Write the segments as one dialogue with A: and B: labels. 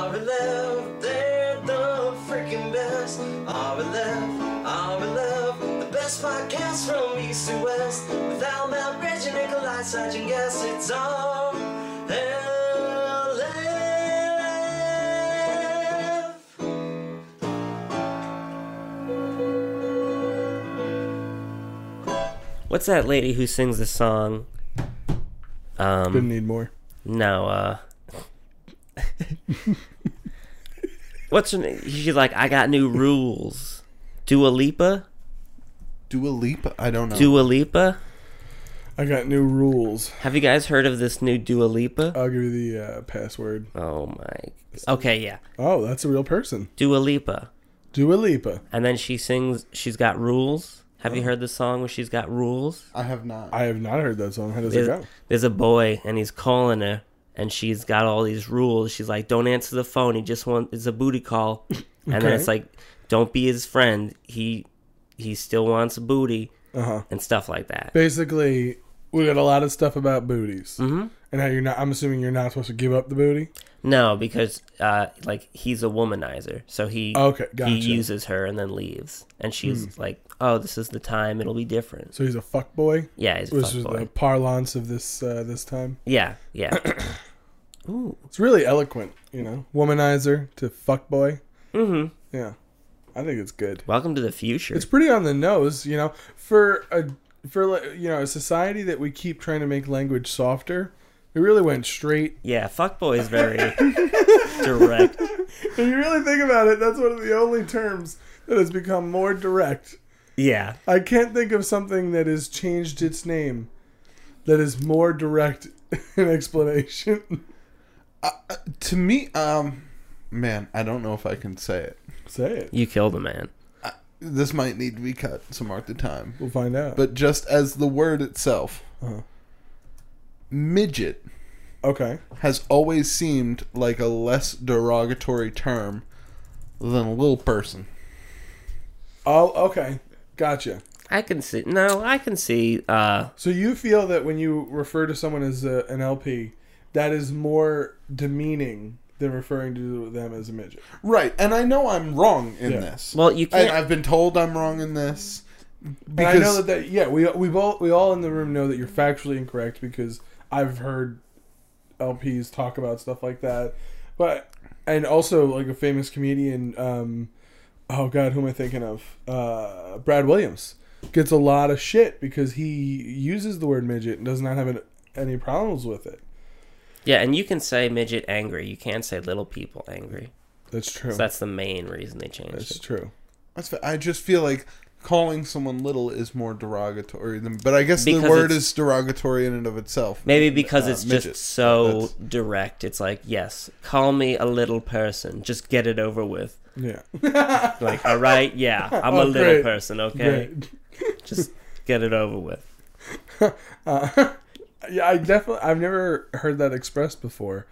A: love, they're the freaking best. RLF, RLF, the best podcast from east to west. With Al, Matt, Reggie, Nikolai, Sergeant, yes, it's RLF.
B: What's that lady who sings the song?
C: Didn't need more.
B: No, uh. What's her name? She's like, I got new rules. Dua Lipa?
D: Dua Lipa? I don't know.
B: Dua Lipa?
C: I got new rules.
B: Have you guys heard of this new Dua Lipa?
C: I'll give you the uh, password.
B: Oh my. Okay, yeah.
C: Oh, that's a real person.
B: Dua Lipa.
C: Dua Lipa.
B: And then she sings, She's Got Rules. Have you heard the song where she's got rules?
D: I have not.
C: I have not heard that song. How does it
B: There's,
C: go?
B: there's a boy and he's calling her and she's got all these rules. She's like, don't answer the phone. He just wants it's a booty call. And then
C: Okay.
B: it's like, don't be his friend. He he still wants a booty
C: Uh huh.
B: and stuff like that.
C: Basically, we got a lot of stuff about booties mm-hmm. and how you're not. I'm assuming you're not supposed to give up the booty.
B: No, because uh, like he's a womanizer, so he
C: Okay, gotcha. Hmm.
B: he uses her and then leaves. And she's like, oh, this is the time. It'll be different.
C: So he's a fuck boy.
B: Yeah, he's a
C: Which is
B: fuckboy.
C: the parlance of this uh, this time.
B: Yeah, yeah.
C: It's really eloquent, you know. Womanizer to fuck boy.
B: hmm
C: Yeah, I think it's good.
B: Welcome to the future.
C: It's pretty on the nose, you know, for a for like, you know a society that we keep trying to make language softer. It really went straight.
B: Yeah, fuckboy is very direct.
C: If you really think about it, that's one of the only terms that has become more direct.
B: Yeah.
C: I can't think of something that has changed its name that is more direct in explanation.
D: to me, um, man, I don't know if I can say it.
C: Say it.
B: You killed a man.
D: This might need to be cut, so mark the time.
C: We'll find out.
D: But just as the word itself, midget
C: okay.
D: has always seemed like a less derogatory term than little person.
C: Oh, okay. Gotcha.
B: I can see. No, I can see. Uh,
C: So you feel that when you refer to someone as a, an LP, that is more demeaning than referring to them as a midget.
D: Right, and I know I'm wrong in
C: Yeah.
D: this.
B: well, you
D: and
B: can't.
D: I've been told I'm wrong in this.
C: And
D: Because
C: I know that, that yeah, we we all we all in the room know that you're factually incorrect because I've heard LPs talk about stuff like that, but and also like a famous comedian, um, oh god, who am I thinking of? Uh, Brad Williams gets a lot of shit because he uses the word midget and does not have an, any problems with it.
B: yeah, and you can say midget angry. You can't say little people angry.
C: That's true.
B: So that's the main reason they changed
C: That's
B: it.
C: true.
D: That's fa- I just feel like calling someone little is more derogatory than. But I guess the
B: Because
D: word
B: it's-
D: is derogatory in and of itself.
B: Maybe because
D: Uh,
B: it's
D: midget.
B: just so
D: That's-
B: direct. It's like, yes, call me a little person. Just get it over with.
C: Yeah.
B: Like, all right, yeah, I'm a
C: Oh,
B: little
C: great.
B: person. Okay,
C: Great.
B: just get it over with.
C: Uh, yeah, I definitely I've never heard that expressed before,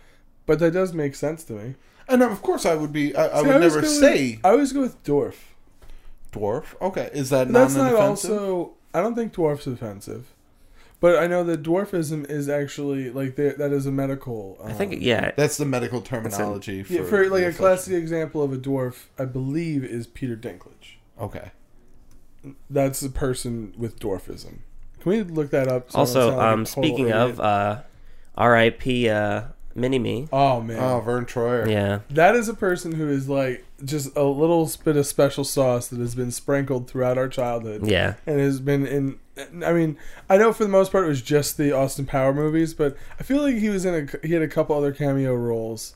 C: but that does make sense to me.
D: And of course, I would be. I, I
C: See,
D: would
C: always
D: never
C: go with-
D: say
C: I always go with dwarf.
D: dwarf. Okay, is that not
C: That's
D: an
C: not
D: offensive?
C: also. I don't think dwarf's offensive, but I know that dwarfism is actually like there- that is a medical. Um,
B: I think, yeah,
D: That's the medical terminology for,
C: yeah, for like
D: the
C: a
D: affliction.
C: classic example of a dwarf, I believe is Peter Dinklage.
D: Okay,
C: That's the person with dwarfism. Can we look that up? so I don't
B: also,
C: sound like a
B: um,
C: total
B: speaking of,
C: idiot?
B: uh, R.I.P. Uh, Mini Me.
C: oh man,
D: oh Vern Troyer.
B: Yeah,
C: That is a person who is like just a little bit of special sauce that has been sprinkled throughout our childhood
B: yeah.
C: and has been in. I mean, I know for the most part it was just the Austin Power movies, but I feel like he was in a he had a couple other cameo roles.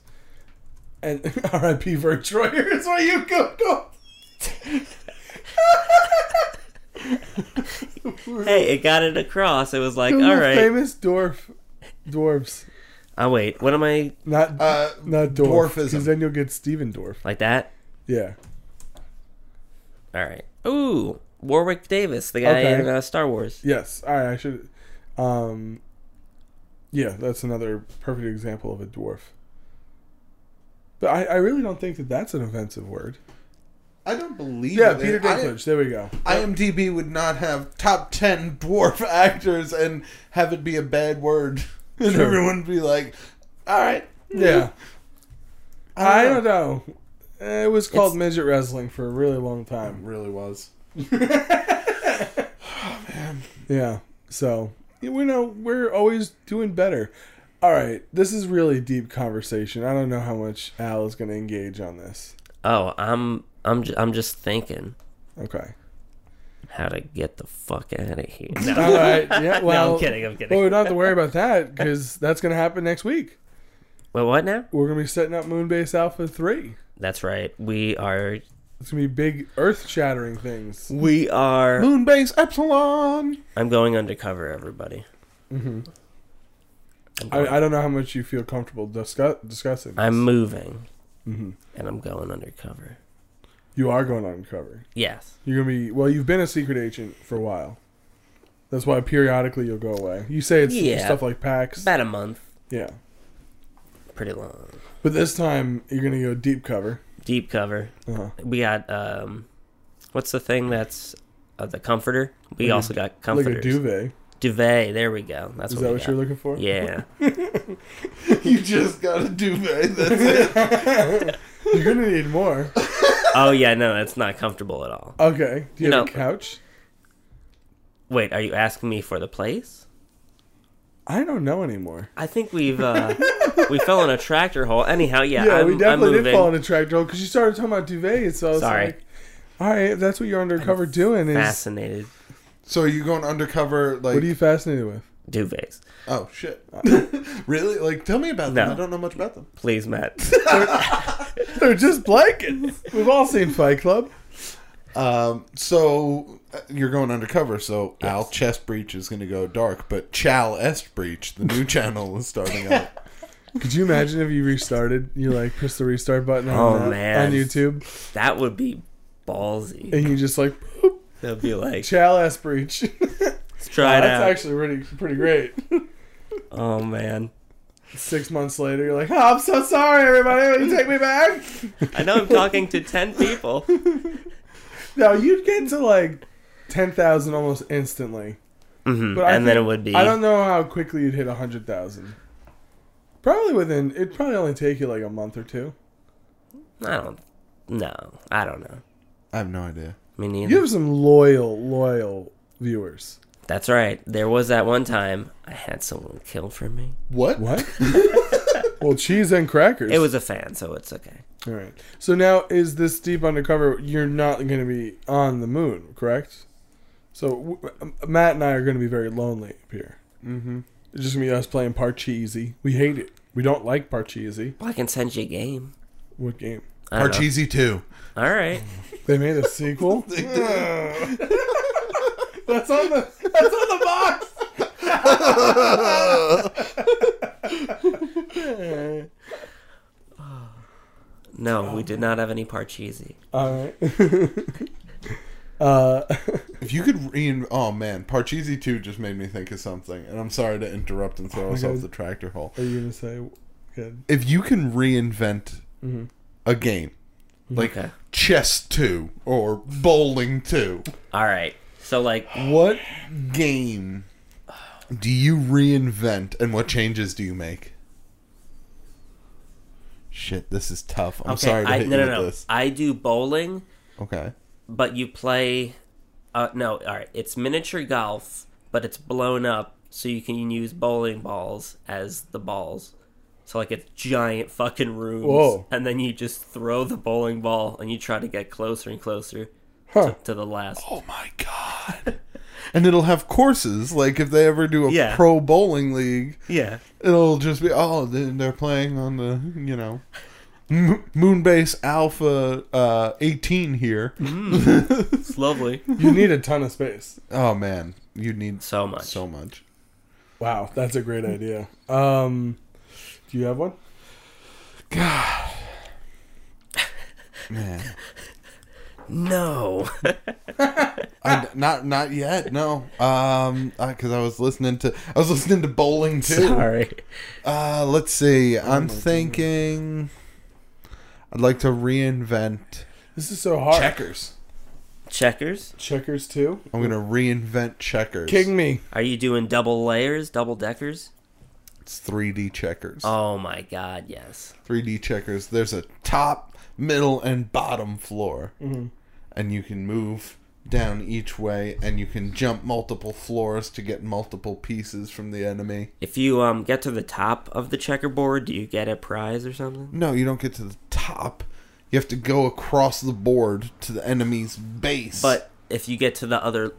C: And R.I.P. Vern Troyer is what you go go.
B: Hey, it got it across. It was like,
C: Two
B: all right.
C: famous dwarf dwarfs,
B: Oh wait, what am I
C: not
D: Uh,
C: not dwarf,
D: dwarfism.
C: because then you'll get Steven Dwarf.
B: like that?
C: Yeah,
B: All right. Ooh, Warwick Davis, the guy
C: Okay.
B: in uh, Star Wars.
C: Yes, all right, I should. Um, yeah, that's another perfect example of a dwarf. But I, I really don't think that that's an offensive word.
D: I don't believe.
C: Yeah,
D: it.
C: Peter
D: I-
C: Dinklage. there we go.
D: IMDb would not have top 10 dwarf actors and have it be a bad word. And
C: Sure.
D: everyone would be like, all right.
C: Yeah. I
D: Uh,
C: don't know. It was called midget wrestling for a really long time.
D: really was.
C: Yeah. So you know we're always doing better. All right, this is really deep conversation. I don't know how much Al is going to engage on this.
B: Oh, I'm I'm ju- I'm just thinking
C: Okay.
B: how to get the fuck out of here. No,
C: All right. Yeah. Well,
B: no I'm kidding. I'm kidding.
C: Well, we don't have to worry about that because that's going to happen next week.
B: Wait, what now?
C: We're going to be setting up Moonbase Alpha three.
B: That's right. We are.
C: It's going to be big earth shattering things.
B: We are.
D: Moonbase Epsilon.
B: I'm going undercover, everybody.
C: Mm-hmm. I, I don't know how much you feel comfortable discuss, discussing. this.
B: I'm moving,
C: Mm-hmm.
B: and I'm going undercover.
C: You are going undercover.
B: Yes.
C: You're gonna be well. You've been a secret agent for a while. That's why periodically you'll go away. You say it's
B: Yeah.
C: stuff like PAX.
B: About a month.
C: yeah,
B: Pretty long.
C: but this time you're gonna go deep cover.
B: Deep cover.
C: Uh-huh.
B: We got um, what's the thing that's uh, the comforter? We
C: Like a-
B: also got
C: Like
B: comforters.
C: a duvet.
B: Duvet. There we go. That's
C: Is
B: what
C: that
B: we
C: what
B: got.
C: you're looking for?
B: Yeah.
D: You just got a duvet. That's it.
C: You're gonna need more.
B: oh yeah. No, that's not comfortable at all.
C: Okay. Do you have
B: No.
C: a couch?
B: Wait, are you asking me for the place?
C: I don't know anymore.
B: I think we've uh, we fell in a tractor hole. Anyhow, yeah,
C: Yeah,
B: I'm,
C: we definitely
B: I'm
C: did fall
B: moving.
C: in a track hole because you started talking about duvets. So I was
B: Sorry.
C: like, all right, if that's what you're undercover doing. Is
B: Fascinated
D: So are you going undercover? Like
C: what are you fascinated with?
B: duvets.
D: oh shit, really? Like tell me about them.
B: No.
D: I don't know much about them.
B: Please, Matt.
C: They're just blankets. We've all seen Fight Club.
D: Um, so uh, you're going undercover. So Al Chest Breach is going to go dark, but Chal Est Breach, the new channel, is starting up.
C: Could you imagine if you restarted? You like press the restart button on,
B: Oh,
C: that-
B: man.
C: on YouTube,
B: that would be ballsy.
C: and you just like boop,
B: That'd be like
C: chal ass breach.
B: let's try it
C: That's
B: out.
C: actually pretty pretty great.
B: oh man,
C: Six months later, you're like, oh, I'm so sorry, everybody. Will you take me back?
B: I know I'm talking to ten people.
C: No, you'd get to like ten thousand almost instantly.
B: Mhm,
C: But I
B: and then it
C: think-
B: would be.
C: I don't know how quickly you'd hit hundred thousand. Probably within. It'd probably only take you like a month or two.
B: I don't. No, I don't know.
D: I have no idea.
B: Me neither.
C: You have some loyal, loyal viewers.
B: That's right. There was that one time I had someone kill for me.
D: What?
C: What? well, cheese and crackers.
B: It was a fan, so it's okay.
C: All right. So now is this deep undercover? You're not going to be on the moon, correct? So w- M- Matt and I are going to be very lonely up here. Mm-hmm. It's just going to be us playing Parcheesi. We hate it. We don't like Parcheesi.
B: Well, I can send you a game.
C: What game?
B: I don't know.
D: Parcheesi two.
B: All right.
C: They made a sequel. that's on the that's on the box.
B: No, we did not have any Parcheesi.
C: All right. uh,
D: If you could rein, oh man, Parcheesi two just made me think of something, and I'm sorry to interrupt and throw us
C: God.
D: off the tractor hole.
C: are you going to say? Good.
D: If you can reinvent a game, like
B: Okay.
D: chess two or bowling two,
B: All right. So like,
D: what game do you reinvent, and what changes do you make? Shit, this is tough. I'm
B: okay,
D: sorry to
B: I,
D: hit
B: no,
D: you
B: no, no.
D: with this.
B: I do bowling,
D: Okay,
B: but you play. Uh, no, all right. It's miniature golf, but it's blown up, so you can use bowling balls as the balls. So like, it's giant fucking rooms,
C: Whoa.
B: and then you just throw the bowling ball, and you try to get closer and closer
C: Huh.
B: to the last.
D: Oh my god. and it'll have courses. Like if they ever do a
B: Yeah.
D: pro bowling league,
B: Yeah.
D: it'll just be oh they- they're playing on the you know M- Moonbase Alpha uh, 18 here.
B: It's lovely.
C: You need a ton of space.
D: Oh man, you need so
B: So
D: much.
B: much.
C: Wow, that's a great idea. Um, do you have one?
D: God. Man,
B: no.
D: I, not not yet. No, um, because I was listening to I was listening to bowling too.
B: Sorry.
D: Uh, let's see. I'm thinking. I'd like to reinvent
C: This is so hard.
D: checkers.
B: Checkers?
C: Checkers too.
D: I'm gonna reinvent checkers.
C: King me.
B: Are you doing double layers, double deckers?
D: It's 3D checkers.
B: Oh my god, yes.
D: 3D checkers. There's a top, middle, and bottom floor, and you can move down each way, and you can jump multiple floors to get multiple pieces from the enemy.
B: If you um get to the top of the checkerboard, do you get a prize or something?
D: No, you don't get to the top. You have to go across the board to the enemy's base.
B: But if you get to the other,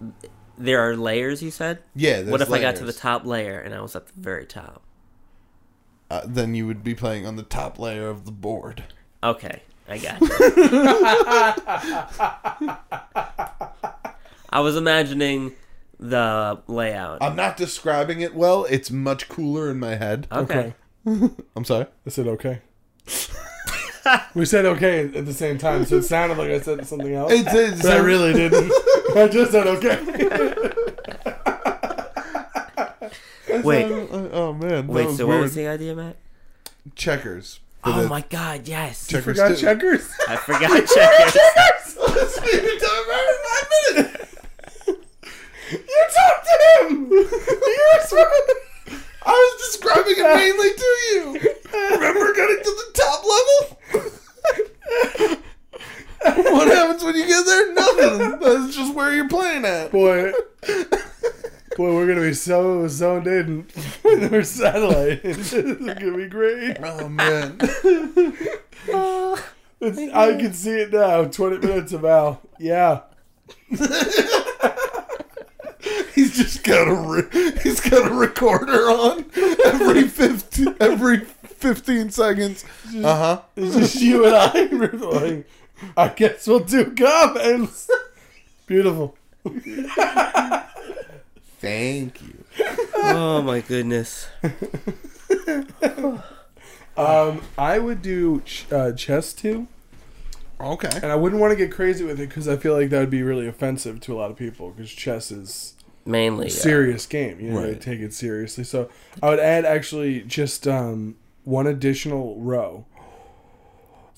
B: there are layers. You said.
D: yeah, there's
B: what if I got to the
D: layers.
B: top layer and I was at the very top?
D: Uh, then you would be playing on the top layer of the board.
B: Okay, I got. You. I was imagining the layout.
D: I'm not describing it well. It's much cooler in my head.
B: okay.
D: I'm sorry.
C: I said okay. we said okay at the same time, so it sounded like I said something else.
D: It's, it's
C: but I really didn't. I just said okay.
B: Wait,
D: Oh, oh, man. that
B: wait.
D: was
B: So what
D: weird.
B: was the idea, Matt?
D: checkers? for
B: Oh
D: the
B: my god, yes.
D: checkers
C: Forgot
D: too.
C: checkers.
B: I forgot checkers.
D: You're talking to him. You were swearing. I was describing it mainly to you. Remember getting to the top level? what happens when you get there? Nothing. That's just where you're playing at.
C: Boy, boy, we're gonna be so zoned in with our satellite. it's gonna be great.
D: Oh man.
C: It's, I can see it now. Twenty minutes of Al. Yeah.
D: He's just got a re- he's got a recorder on every 15, every 15 seconds. Uh-huh.
C: It's just you and I. We're like, I guess we'll do comments. Beautiful.
D: Thank you.
B: oh my goodness.
C: Um, I would do ch- uh, chess too,
D: Okay.
C: and I wouldn't want to get crazy with it because I feel like that would be really offensive to a lot of people because chess is
B: Mainly. uh, yeah.
C: serious game. You know, they
D: Right.
C: take it seriously. So I would add actually just um, one additional row,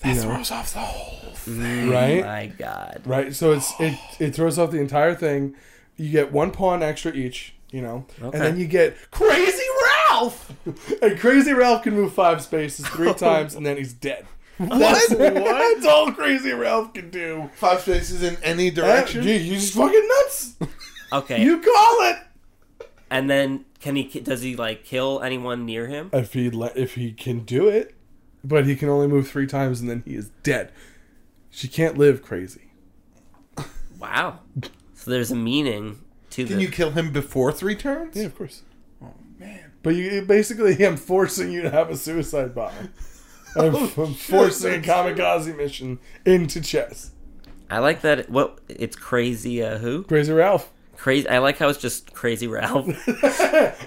D: That throws off the whole thing.
C: right?
B: My god.
C: Right. So it's it it throws off the entire thing. You get one pawn extra each. You know,
B: Okay.
C: and then you get Crazy Ralph, and Crazy Ralph can move five spaces three times, and then he's dead.
D: What?
C: That's all Crazy Ralph can do.
D: Five spaces in any
C: Actually,
D: direction.
C: Gee, you just fucking nuts.
B: Okay.
C: You call it.
B: And then can he? Does he like kill anyone near him?
C: If he le- if he can do it, but he can only move three times and then he is dead. She can't live crazy.
B: Wow. So there's a meaning to
D: Can
B: the.
D: you kill him before three turns?
C: Yeah, of course.
D: Man.
C: Oh, But you basically, I'm forcing you to have a suicide bomber. I'm, I'm forcing a kamikaze mission into chess.
B: I like that. it- What? It's crazy. Uh, who?
C: Crazy Ralph.
B: Crazy. I like how it's just crazy Ralph.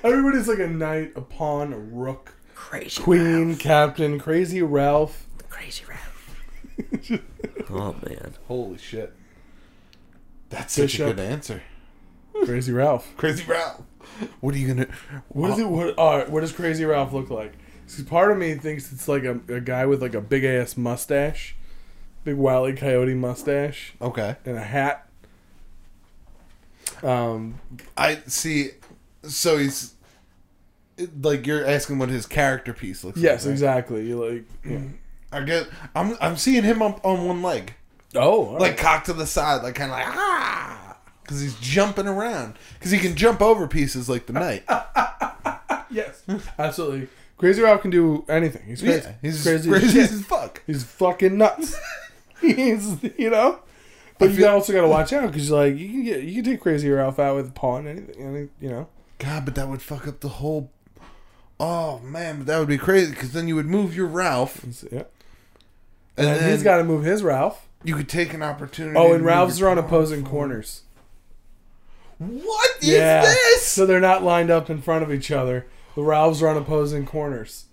C: Everybody's like a knight, a pawn, a rook,
B: crazy.
C: queen, captain, crazy Ralph.
B: Ralph, Crazy Ralph. oh man.
D: Holy shit. That's such a
C: Bishop.
D: good answer.
C: Crazy Ralph.
D: Crazy Ralph. What are you gonna?
C: What is it? What uh, What does Crazy Ralph look like? 'Cause part of me thinks it's like a, a guy with like a big ass mustache, big wily coyote mustache,
D: Okay.
C: and a hat. Um,
D: I see. So he's like you're asking what his character piece looks like.
C: yes,
D: right? Mm.
C: exactly. You like, yeah.
D: I guess I'm I'm seeing him up on one leg,
C: oh,
D: like cocked to the side, like kind of like ah, because he's jumping around, because he can jump over pieces like the knight.
C: yes, absolutely. Crazy Ralph can do anything. He's crazy.
D: Yeah,
C: he's
D: he's
C: crazy. as
D: crazy
C: shit.
D: as fuck.
C: He's fucking nuts. he's you know. But you
D: feel-
C: also got to watch out because like you can get you can take Crazy Ralph out with a pawn anything, any, you know.
D: God, but that would fuck up the whole. Oh man, but that would be crazy because then you would move your Ralph, and,
C: He's- Yeah.
D: then
C: And he's got to move his Ralph.
D: you could take an opportunity.
C: Oh,
D: to
C: and
D: move
C: Ralphs are
D: your
C: on
D: pawn.
C: opposing corners.
D: What is
C: yeah.
D: this?
C: So they're not lined up in front of each other. The Ralphs are on opposing corners.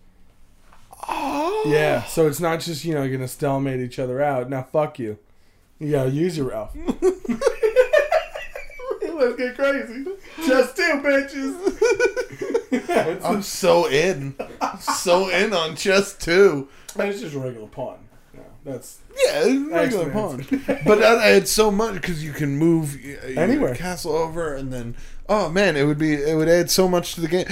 D: oh,
C: Yeah. So it's not just, you know, going to stalemate each other out. Now, fuck you. You got to use your Ralph. Let's get crazy. Just two bitches.
D: I'm so in, so in on chess too.
C: That's just regular pawn. No, that's
D: Yeah, it's regular
C: Excellent.
D: pawn. but I, I had so much because you can move uh, your
C: Anywhere.
D: castle over, and then oh man, it would be it would add so much to the game.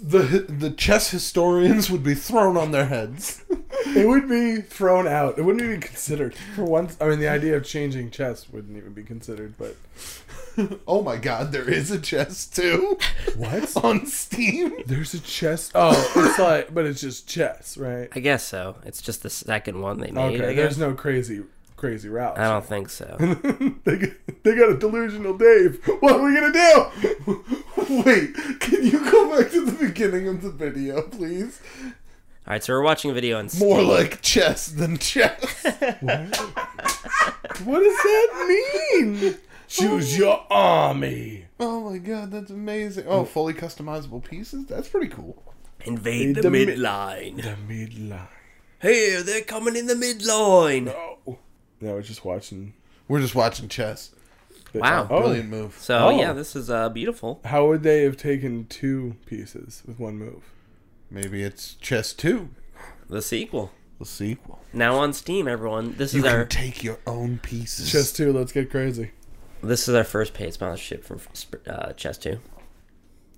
D: the the chess historians would be thrown on their heads.
C: It would be thrown out. It wouldn't even be considered. For once, I mean, the idea of changing chess wouldn't even be considered, but.
D: oh my god, there is a chess too
C: What?
D: on Steam.
C: There's a chess. Oh, it's like. But it's just chess, right?
B: I guess so. It's just the second one they made. I
C: Okay,
B: guess.
C: there's no crazy, crazy route.
B: I don't think so.
C: they, got, they got a delusional Dave. What are we gonna do?
D: Wait, can you go back to the beginning of the video, please?
B: All right, so we're watching a video on
D: More
B: Steam.
D: like chess than chess.
C: What does that mean? Choose your army.
D: oh my god, that's amazing. Oh, fully customizable pieces? That's pretty cool.
B: invade the,
C: the mid-
B: midline.
C: The midline.
B: Hey, they're coming in the midline.
C: Oh. No, I was just watching.
D: We're just watching chess.
C: the-
B: Wow.
C: Oh.
D: Brilliant move.
B: So
C: Oh.
B: yeah, this is uh, beautiful.
C: How would they have taken two pieces with one move?
D: Maybe it's chess 2,
B: The sequel
D: the sequel.
B: now on Steam. Everyone, this is
D: You
B: our
D: can take your own pieces.
C: Chess two. Let's get crazy.
B: this is our first paid sponsorship from uh, Chess Two. It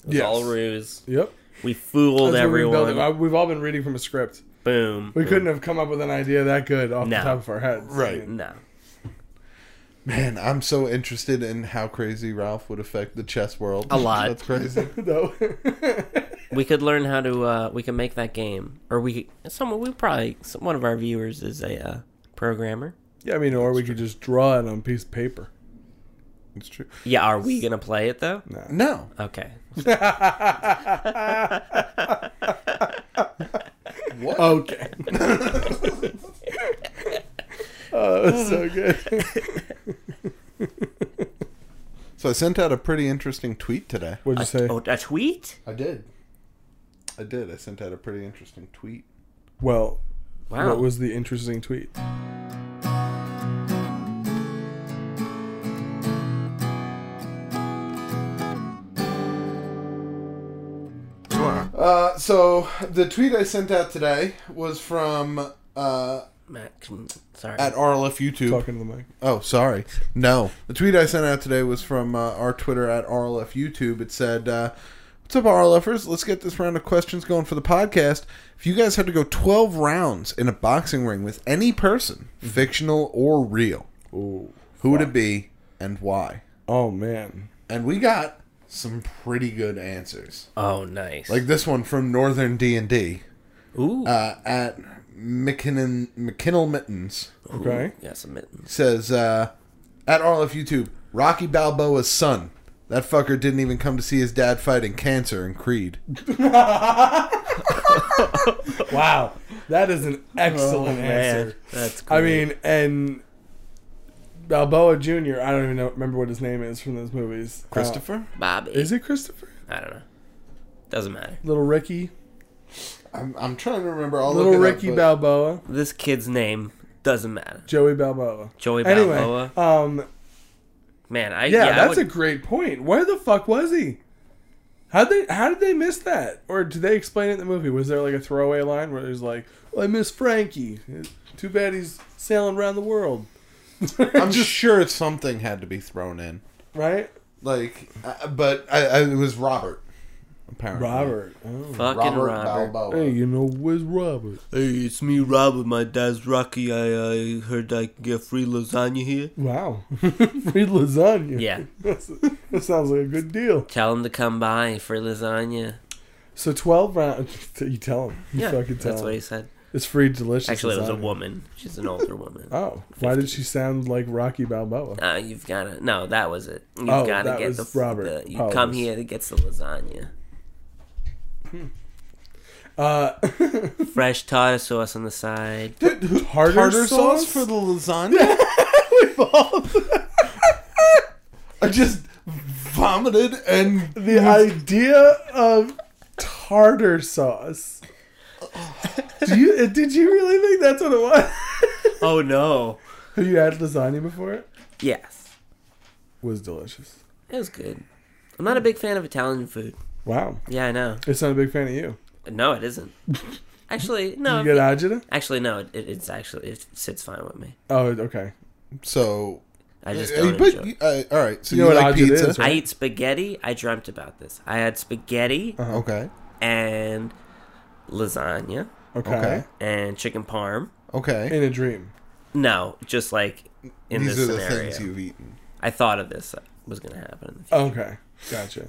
B: was
C: Yes.
B: all ruse.
C: Yep.
B: We fooled
C: That's what we've been
B: everyone.
C: building. I- We've all been reading from a script.
B: Boom.
C: We couldn't have come up with an idea that good off
B: No.
C: the top of our heads.
D: Right.
B: No.
D: Man, I'm so interested in how crazy Ralph would affect the chess world.
B: A lot.
D: That's crazy.
C: Though.
B: We could learn how to. Uh, we can make that game, or we. Someone. We probably. Some, one of our viewers is a uh, programmer.
C: yeah, I mean, or we could just draw it on a piece of paper.
D: it's true.
B: Yeah. Are we gonna play it though?
D: No.
B: Okay.
D: What?
C: Okay. oh, that's so good.
D: So I sent out a pretty interesting tweet today.
C: What'd you say?
B: Oh, a tweet.
D: I did. I did. I sent out a pretty interesting tweet.
C: Well,
B: Wow.
C: what was the interesting tweet?
D: Uh, so the tweet I sent out today was from uh,
B: Matt, can- sorry.
D: at RLF YouTube.
C: Talking to the mic.
D: Oh, sorry. No. The tweet I sent out today was from uh, our Twitter at RLF YouTube. It said, uh, What's up, RLFers? Let's get this round of questions going for the podcast. If you guys had to go 12 rounds in a boxing ring with any person, fictional or real,
C: Ooh.
D: who would it be and why?
C: Oh man.
D: And we got some pretty good answers.
B: oh, nice.
D: Like this one from Northern D&D
B: ooh.
D: uh, at McKinnon, McKinnell Mittens.
C: Okay.
B: Yeah, some mittens.
D: says uh, at RLF YouTube, Rocky Balboa's son. That fucker didn't even come to see his dad fighting cancer in Creed.
C: Wow. That is an
D: Oh,
C: excellent answer.
B: Oh, that's cool.
C: I mean, and Balboa Jr. I don't even know, remember what his name is from those movies. Uh,
D: Christopher?
B: Bobby.
C: is it Christopher?
B: I don't know. Doesn't matter.
C: Little Ricky.
D: Uh, I'm, I'm trying to remember. I'll
C: Little
D: look it up,
C: Ricky
D: but-
C: Balboa.
B: This kid's name doesn't matter.
C: Joey Balboa.
B: Joey
C: Anyway,
B: Balboa.
C: um,
B: Man, I
C: Yeah,
B: yeah, I
C: that's
B: would,
C: a great point. Where the fuck was he? How they how did they miss that? Or did they explain it in the movie? Was there like a throwaway line where it was like, well, "I miss Frankie. Too bad he's sailing around the world."
D: I'm just sure something had to be thrown in.
C: Right?
D: Like, uh, but I, I, it was Robert. Apparently.
C: Robert. Oh.
B: fucking
D: Robert
B: Robert.
D: Balboa.
C: Hey, you know where's Robert?
B: Hey, it's me, Robert. My dad's Rocky. I, I heard I can get free lasagna here.
C: Wow, free lasagna.
B: Yeah.
C: That's, that sounds like a good deal.
B: Tell him to come by for lasagna.
C: So twelve rounds. You tell him. You
B: Yeah,
C: fucking
B: that's
C: tell him.
B: what he said.
C: It's free delicious.
B: Actually, it was a
C: lasagna.
B: woman. She's an older woman.
C: Oh, why did she sound like Rocky Balboa?
B: Uh, you've gotta no, that was it. You've
C: Oh,
B: gotta
C: that
B: get
C: was
B: the, f-
C: Robert.
B: the- you
C: Apologies.
B: come here to get the lasagna.
C: Uh,
B: Fresh tartar sauce on the side.
C: tartar,
D: Tartar sauce?
C: sauce
D: for the lasagna? I just vomited and
C: The idea of tartar sauce. Do you, uh, did you really think that's what it was?
B: Oh no.
C: Have you had lasagna before? It
B: Yes.
C: was delicious.
B: It was good. I'm not a big fan of Italian food.
C: Wow.
B: Yeah, I know.
C: It's not a big fan of you.
B: No, it isn't. Actually, no.
C: You get agita?
B: Actually, no. It, it's actually it sits fine with me.
C: Oh, okay.
D: so.
B: I just
D: Uh,
B: don't
D: but
B: enjoy.
D: you- uh, all right, so
C: You
D: you,
C: know what
D: like
C: Ajit
D: pizza?
C: is, right?
B: I eat spaghetti. I dreamt about this. I had spaghetti
D: Okay.
B: and lasagna
C: Okay.
D: Okay.
B: and chicken parm.
D: Okay.
C: In a dream.
B: No, just like in
D: These are
B: this
D: the
B: scenario.
D: things you've eaten.
B: I thought of this uh, was going to happen. In the future.
C: Okay. Gotcha.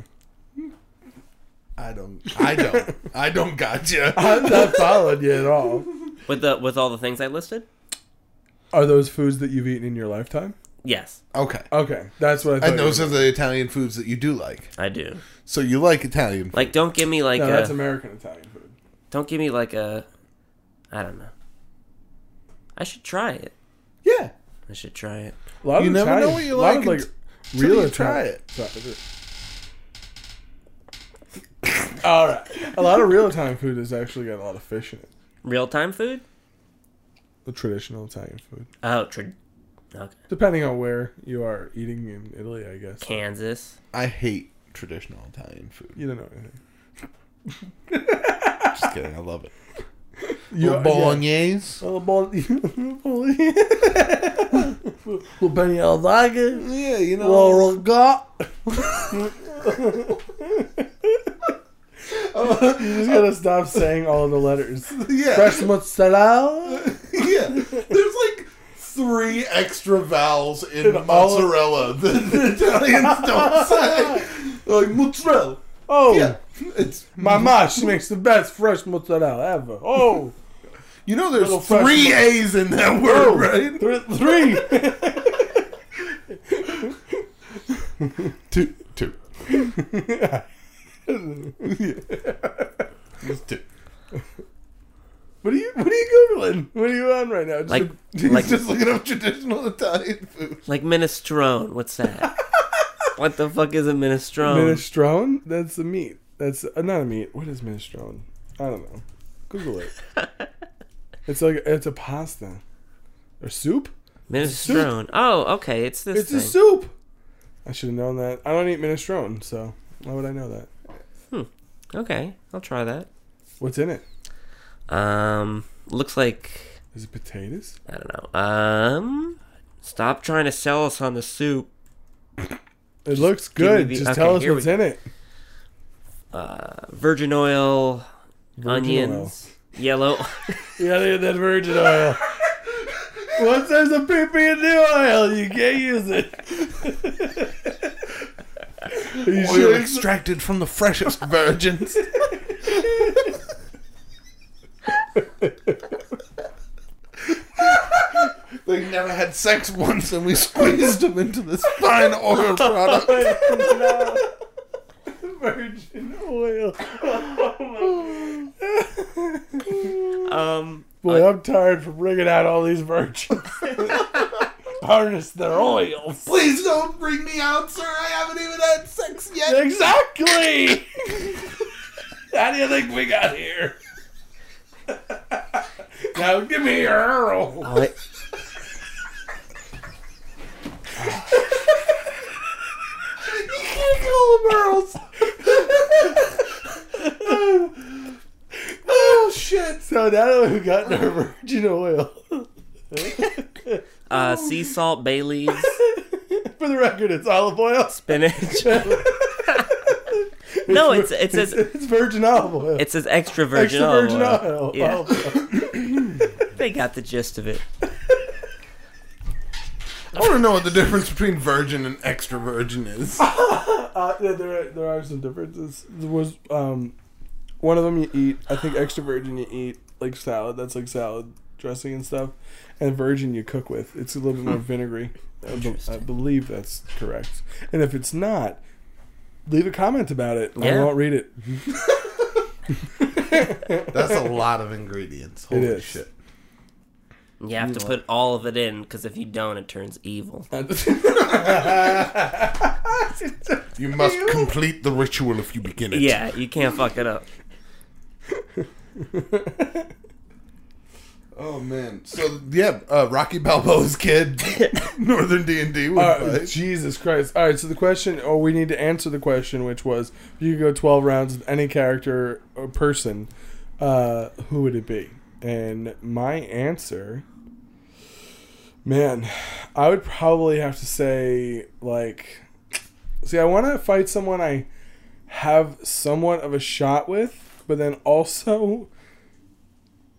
D: I don't. I don't. I don't gotcha.
C: I'm not following you at all.
B: With the with all the things I listed?
C: Are those foods that you've eaten in your lifetime?
B: Yes,
D: Okay.
C: Okay, that's what I thought.
D: And those
C: you
D: are
C: were-
D: the Italian foods that you do like.
B: I do.
D: So you like Italian.
B: Like don't give me like
C: no, that's
B: a
C: American Italian food.
B: don't give me like a I don't know. I should try it.
D: Yeah.
B: I should try it.
C: A lot of
D: You never
C: Italian-
D: know what you
C: a lot
D: like
C: of,
D: until
C: real
D: you try
C: Italian- Sorry. All right, a lot of real Italian food has actually got a lot of fish in it.
B: Real time food?
C: The traditional Italian food,
B: Oh, tra- okay.
C: depending on where you are eating in Italy, I guess.
B: Kansas.
D: I hate traditional Italian food.
C: You don't know anything.
D: Just kidding. I love it.
C: You
D: Little bolognese.
C: Yeah. Little bol- little Benny al Lager.
D: Yeah, you know.
C: Little Rogat. Oh, You just gotta stop saying all the letters.
D: yeah.
C: Fresh mozzarella.
D: yeah. There's like three extra vowels in,
C: In all of-
D: mozzarella that the Italians don't say. They're like mozzarella.
C: Oh,
D: Yeah. It's
C: my mom, she makes the best fresh mozzarella ever. Oh,
D: you know there's
C: Little fresh
D: three
C: mo-
D: A's in that word,
C: oh,
D: right?
C: thr- three.
D: Two two. It's two.
C: What are you? What are you googling? What are you on right now? Just
B: Like
D: He's
B: like
D: just looking up traditional Italian food.
B: like minestrone. What's that? what the fuck is a minestrone?
C: minestrone? That's a meat. That's uh, not a meat. What is minestrone? I don't know. Google it. it's like it's a pasta or soup.
B: minestrone. Oh, okay. It's this
C: It's
B: thing.
C: a soup. I should have known that. I don't eat minestrone, so why would I know that?
B: okay, I'll try that.
C: What's in it?
B: Um, looks like
C: Is it potatoes?
B: I don't know. Um, stop trying to sell us on the soup.
C: It looks
B: give me
C: good.
B: the-
C: Just
B: okay,
C: tell us
B: here
C: what's
B: we-
C: in it.
B: Uh, virgin oil, onions, yellow.
C: Yeah, they had that virgin oil. Once there's a pee pee in the oil, you can't use it. Are you
D: Oil
C: sure it's-
D: extracted from the freshest virgins. they never had sex once, and we squeezed them into this fine oil product.
C: virgin oil.
B: um,
C: Boy, I'm tired from bringing out all these virgins. Harness their oils.
D: Please don't bring me out, sir. I haven't even had sex yet.
C: Exactly. How do you think we got here? now give me your Earl.
B: oh, it-
D: You can't call them
C: Oh shit! So now that we've gotten our virgin oil,
B: uh, sea salt, bay leaves,
C: for the record, it's olive oil.
B: spinach. no, it's it
C: it's,
B: says
C: it's virgin olive oil.
B: it says extra virgin
C: extra virgin
B: olive
C: oil. Oh.
B: oil. Yeah.
C: Olive oil.
B: They got the gist of it.
D: I want to know what the difference between virgin and extra virgin is.
C: Uh, yeah, there are, there are some differences. There was um, one of them you eat. I think extra virgin you eat like salad. That's like salad dressing and stuff. And virgin you cook with. It's a little bit more vinegary. I, be- I
B: Hmm. Interesting.
C: believe that's correct. And if it's not, leave a comment about it. I
B: Yeah.
C: won't read it.
D: That's a lot of ingredients. Holy
C: It is.
D: shit.
B: You have to put all of it in because if you don't, it turns evil.
D: You must complete the ritual if you begin it.
B: Yeah, you can't fuck it up.
D: Oh man. So yeah, uh, Rocky Balboa's kid, Northern D and D would
C: Uh,
D: fight.
C: Jesus Christ! All right, so the question, or we need to answer the question, which was, if you could go twelve rounds with any character or person, uh, who would it be? And my answer, man, I would probably have to say like, see, I want to fight someone I have somewhat of a shot with, but then also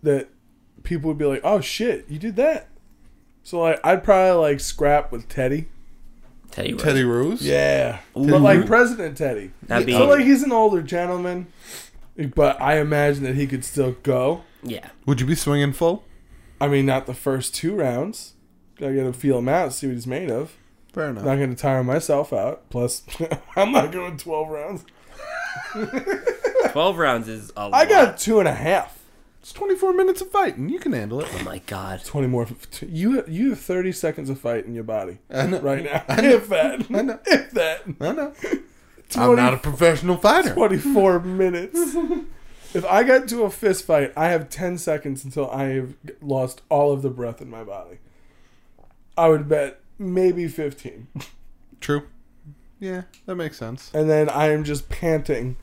C: that people would be like, "Oh shit, you did that." So like, I'd probably like scrap with Teddy.
B: Teddy Rose.
D: Teddy Rose.
C: Yeah, but like President Teddy.
B: That'd be
C: So like, he's an older gentleman, but I imagine that he could still go.
B: yeah.
D: Would you be swinging full?
C: I mean, not the first two rounds. I gotta feel him out, see what he's made of.
D: Fair
C: I'm not gonna tire myself out. Plus, I'm not going twelve rounds.
B: Twelve rounds is a lot.
C: I got two and a half.
D: It's 24 minutes of fighting. You can handle it.
B: Oh my god.
C: Twenty more. You you have thirty seconds of fight in your body
D: I know.
C: right now. If that,
D: I know.
C: if that,
D: I know.
C: 20
D: I'm not a professional fighter.
C: twenty-four minutes. If I got to a fist fight, I have ten seconds until I have lost all of the breath in my body. I would bet maybe fifteen,
D: True. Yeah, that makes sense.
C: and then I am just panting,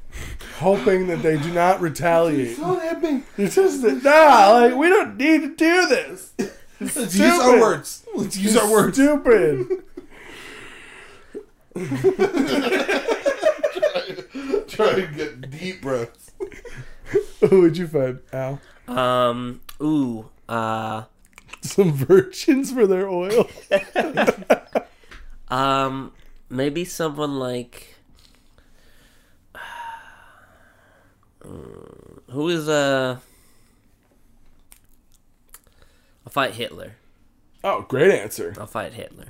C: hoping that they do not retaliate.
D: at me.
C: It's just that nah, like we don't need to do this.
D: Let's
C: use our
D: words. Let's use
C: It's Stupid.
D: Try to get deep breaths.
C: Who would you find, Al?
B: Um. Ooh. Uh.
C: Some virgins for their oil.
B: Um. Maybe someone like. Mm, Who is uh? I'll fight Hitler.
C: Oh, great answer.
B: I'll fight Hitler.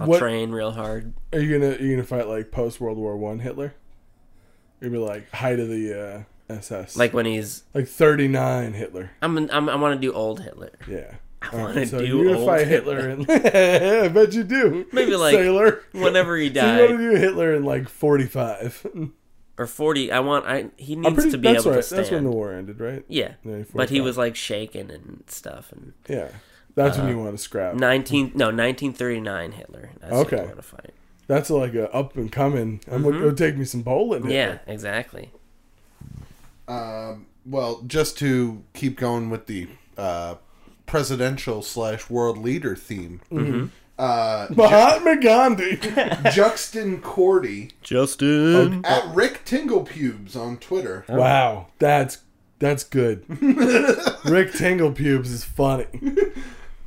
B: I'll
C: What-
B: train real hard.
C: Are you gonna you gonna fight like post World War One Hitler? You'd be like height of the uh, SS,
B: Like when he's,
C: like thirty nine Hitler.
B: I'm, I'm, I want to do old Hitler.
C: Yeah.
B: I want to
C: so
B: do
C: you're gonna
B: old
C: fight
B: Hitler.
C: Hitler, in, I bet you do.
B: Maybe, like,
C: sailor.
B: Whenever he
C: So
B: died,
C: you want to do Hitler in like forty five?
B: or forty, I want. I he needs
C: I'm pretty.
B: to be able
C: that's right.
B: to stand.
C: That's when the war ended, right?
B: yeah,
C: Yeah,
B: but he
C: 45.
B: was like shaken and stuff. And
C: Yeah. That's when you want to scrap.
B: nineteen, Uh, no, nineteen thirty nine Hitler. That's okay.
C: Okay.
B: I want to fight.
C: That's like a up and coming. I'm gonna go take me some bowling. Hitler.
B: Mm-hmm. Yeah, exactly.
D: Um, well, just to keep going with the uh, presidential slash world leader theme, uh,
C: Mahatma Gandhi.
D: Juxton Cordy
C: Oh,
B: Justin.
D: at Rick Tingle Pubes on Twitter.
C: Wow, that's that's good. Rick Tingle pubes is funny.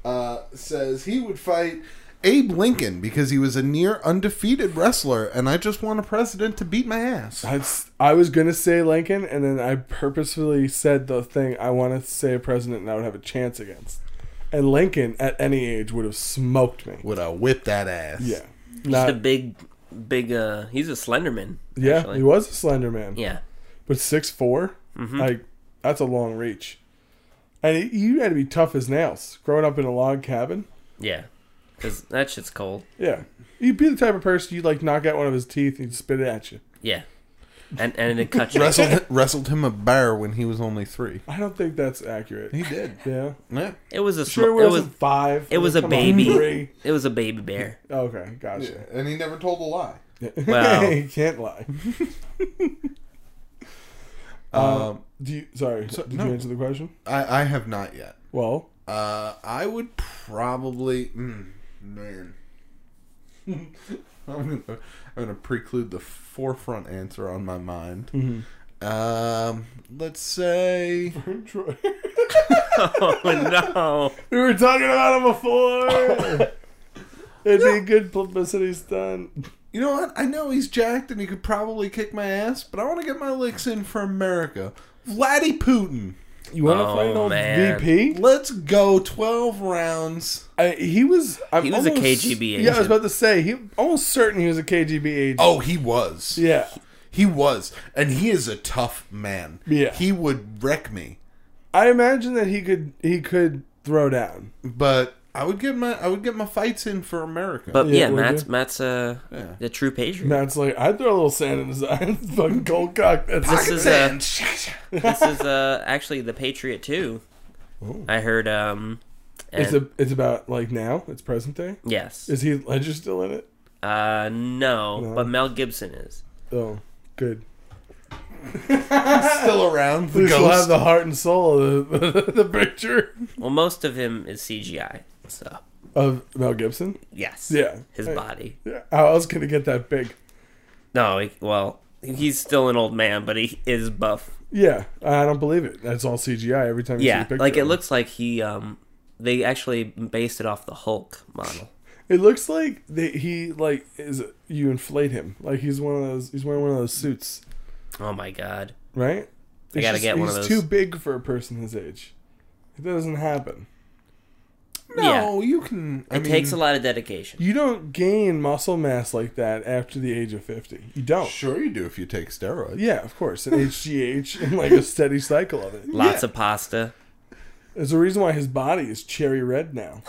D: uh, says he would fight Abe Lincoln because he was a near undefeated wrestler, and I just want a president to beat my ass.
C: That's I was gonna say Lincoln, and then I purposefully said the thing I want to say a president and I would have a chance against. And Lincoln, at any age, would have smoked me.
D: Would I whip that ass?
C: Yeah,
B: Just a
C: not
B: big, big. uh He's a Slenderman.
C: yeah.
B: actually.
C: He was a slender man,
B: Yeah. Mm-hmm.
C: but six like that's a long reach. And he- you had to be tough as nails growing up in a log cabin.
B: Yeah. Because that shit's cold.
C: Yeah, you'd be the type of person you'd like knock out one of his teeth and he'd spit it at you.
B: Yeah. And and it cut you.
D: Wrestled, wrestled him a bear when he was only three.
C: I don't think that's accurate.
D: He did.
C: Yeah.
D: Yeah.
B: It was a. Sm-
C: Sure, it
B: it
C: wasn't
B: was.
C: five.
B: It was a
C: Come on,
B: baby.
C: three.
B: It was a baby bear.
C: Okay, gotcha.
D: And he never told a lie.
B: Wow.
C: you can't lie.
D: Um,
C: Do you? Sorry, did
D: no.
C: you answer the question?
D: I, I have not yet.
C: Well,
D: Uh, I would probably, mm, man. I'm gonna, I'm gonna preclude the forefront answer on my mind.
C: Mm-hmm.
D: Um, let's say
C: Troy,
B: Oh no.
C: we were talking about him before. It'd be a good publicity stunt.
D: you know what? I know he's jacked and he could probably kick my ass, but I want to get my licks in for America. Vladdy Putin,
C: You want to
B: Oh,
C: fight an old
B: man.
C: VP?
D: let's go twelve rounds.
C: I, he was. I'm
B: He was a
C: almost-
B: KGB
C: Yeah, I was
B: agent.
C: about to say he almost certain he was a KGB agent.
D: Oh, he was.
C: yeah.
D: he was, and he is a tough man.
C: Yeah.
D: he would wreck me.
C: I imagine that he could he could throw down.
D: But I would get my I would get my fights in for America.
B: But
C: Yeah,
B: yeah,
C: would
B: Matt's
C: you?
B: Matt's uh,
D: Yeah.
B: the true patriot.
C: Matt's like, I'd throw a little sand in his eye. Fucking cold cock. That's
B: This is uh, this is uh, actually the Patriot too. I heard um,
C: It's
B: and-
C: a, it's about like now. It's present day.
B: yes.
C: Is Heath Ledger still in it?
B: Uh, no,
C: No.
B: but Mel Gibson is.
C: Oh, good.
D: still around. The
C: We still
D: ghost.
C: have the heart and soul of the, the, picture
B: Well, most of him is CGI. So
C: of Mel Gibson.
B: yes,
C: Yeah.
B: his
C: Hey.
B: body.
C: Yeah. How else can it get that big?
B: No, he, well, he's still an old man, but he is buff.
C: Yeah, I don't believe it. That's all CGI every time you see a
B: Yeah,
C: picture.
B: like it
C: of him.
B: looks like he. um They actually based it off the Hulk model.
C: It looks like they, he like is you inflate him. Like he's one of those. He's wearing one of those suits,
B: Oh my god!
C: right? He's
B: gotta get one
C: he's
B: of those.
C: Too big for a person his age. It doesn't happen.
D: No, you can. I
B: it
D: mean,
B: takes a lot of dedication.
C: You don't gain muscle mass like that after the age of fifty. You don't.
D: Sure, you do if you take steroids.
C: Yeah, of course, an HGH and like a steady cycle of it.
B: Lots of pasta.
C: There's a reason why his body is cherry red now.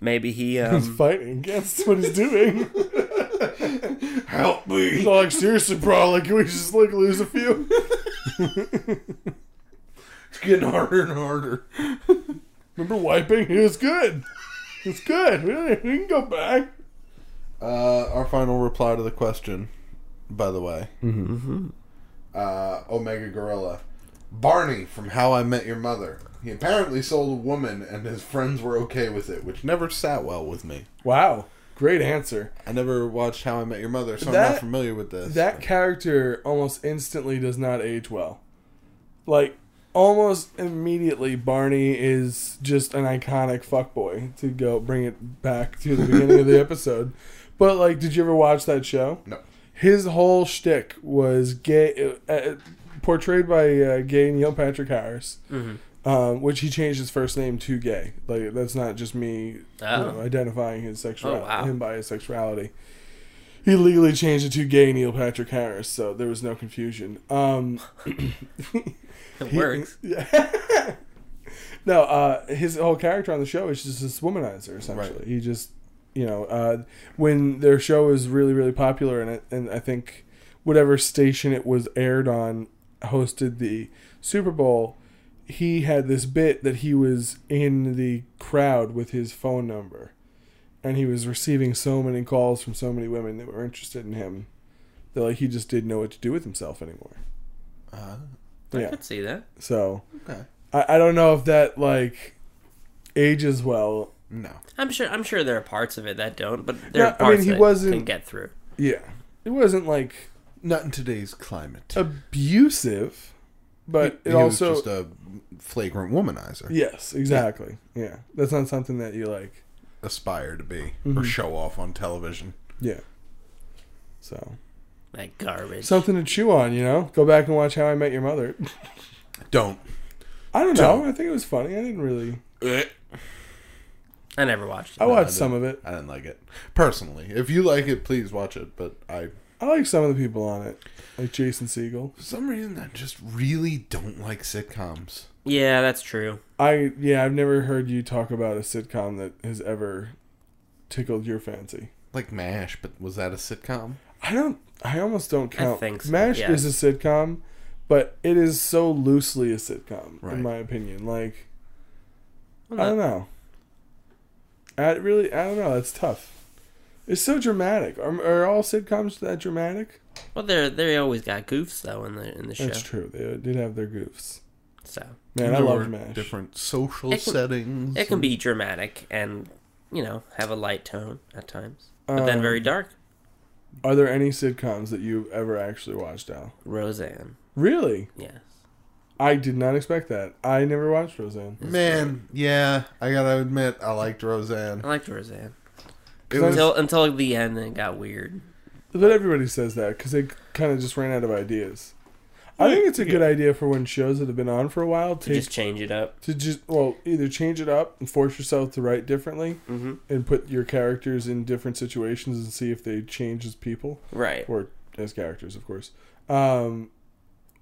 B: Maybe he.
C: He's
B: Um,
C: fighting against what he's doing.
D: Help me.
C: He's all like, seriously, bro, like, can we just like lose a few?
D: It's getting harder and harder.
C: Remember wiping? It was good. It's good. We don't- we can go back.
D: Uh, our final reply to the question, by the way. Mm-hmm. Uh, Omega Gorilla. Barney from How I Met Your Mother. He apparently sold a woman, and his friends were okay with it, which never sat well with me.
C: Wow, great answer.
D: I never watched How I Met Your Mother, so I'm
C: That-
D: not familiar with this.
C: That character almost instantly does not age well. Like almost immediately, Barney is just an iconic fuckboy. To go bring it back to the beginning of the episode, but like, did you ever watch that show?
D: no.
C: His whole shtick was gay, uh, uh, portrayed by uh, gay Neil Patrick Harris,
B: mm-hmm.
C: um, which he changed his first name to gay. Like that's not just me you know,
B: oh,
C: identifying his sexuality,
B: Oh, wow.
C: him by his sexuality. He legally changed it to gay Neil Patrick Harris, so there was no confusion. Um,
B: it works.
C: no, uh, his whole character on the show is just this womanizer. Essentially,
D: Right.
C: he just, you know, uh, when their show is really, really popular, and it, and I think whatever station it was aired on hosted the Super Bowl. He had this bit that he was in the crowd with his phone number, and he was receiving so many calls from so many women that were interested in him that like he just didn't know what to do with himself anymore.
D: Uh,
B: I
C: Yeah,
B: could see that.
C: so
D: okay.
C: I, I don't know if that like ages well.
D: No.
B: I'm sure. I'm sure there are parts of it that don't, but there
C: No,
B: are
C: I
B: parts
C: mean, he
B: that
C: wasn't-
B: can get through.
C: Yeah, it wasn't like
D: Not in today's climate.
C: abusive, Oh, but
D: he
C: it also
D: was just a flagrant womanizer.
C: yes, exactly. Yeah. that's not something that you like.
D: Aspire to be
C: Mm-hmm.
D: or show off on television.
C: Yeah, so
B: Like garbage.
C: something to chew on. You know, go back and watch How I Met Your Mother.
D: Don't.
C: I don't know. I think it was funny. I didn't really.
D: Eh.
B: I never watched it.
C: I
D: I
C: watched some of it.
D: I didn't like it personally. If you like it, please watch it. But I,
C: I like some of the people on it, like Jason Segel.
D: for some reason, I just really don't like sitcoms.
B: yeah, that's true.
C: I yeah, I've never heard you talk about a sitcom that has ever tickled your fancy.
D: Like Mash, but was that a sitcom?
C: I don't. I almost don't count.
B: think so,
C: Mash
B: yeah.
C: is a sitcom, but it is so loosely a sitcom,
D: Right.
C: in my opinion. Like,
B: Well,
C: I don't know. I really, I don't know. That's tough. It's so dramatic. Are, are all sitcoms that dramatic?
B: Well, they they always got goofs though in the in the show.
C: That's true. They did have their goofs.
B: So
C: Man, I
D: There
C: love
D: were
C: Mash.
D: Different social
B: It can-
D: settings.
B: it can
D: and-
B: be dramatic and you know have a light tone at times, but then
C: Um,
B: very dark.
C: Are there any sitcoms that you've ever actually watched, Al?
B: Roseanne,
C: Really?
B: yes.
C: I did not expect that. I never watched Roseanne.
D: Man, yeah, I gotta admit, I liked Roseanne.
B: I liked Roseanne
D: It was
B: until until the end, and it got weird.
C: But everybody says that because they kind of just ran out of ideas. I think it's a good idea for when shows that have been on for a while
B: To
C: take,
B: just change it up.
C: to just well either change it up and force yourself to write differently
B: hmm
C: and put your characters in different situations and see if they change as people
B: Right.
C: or as characters, of course, um,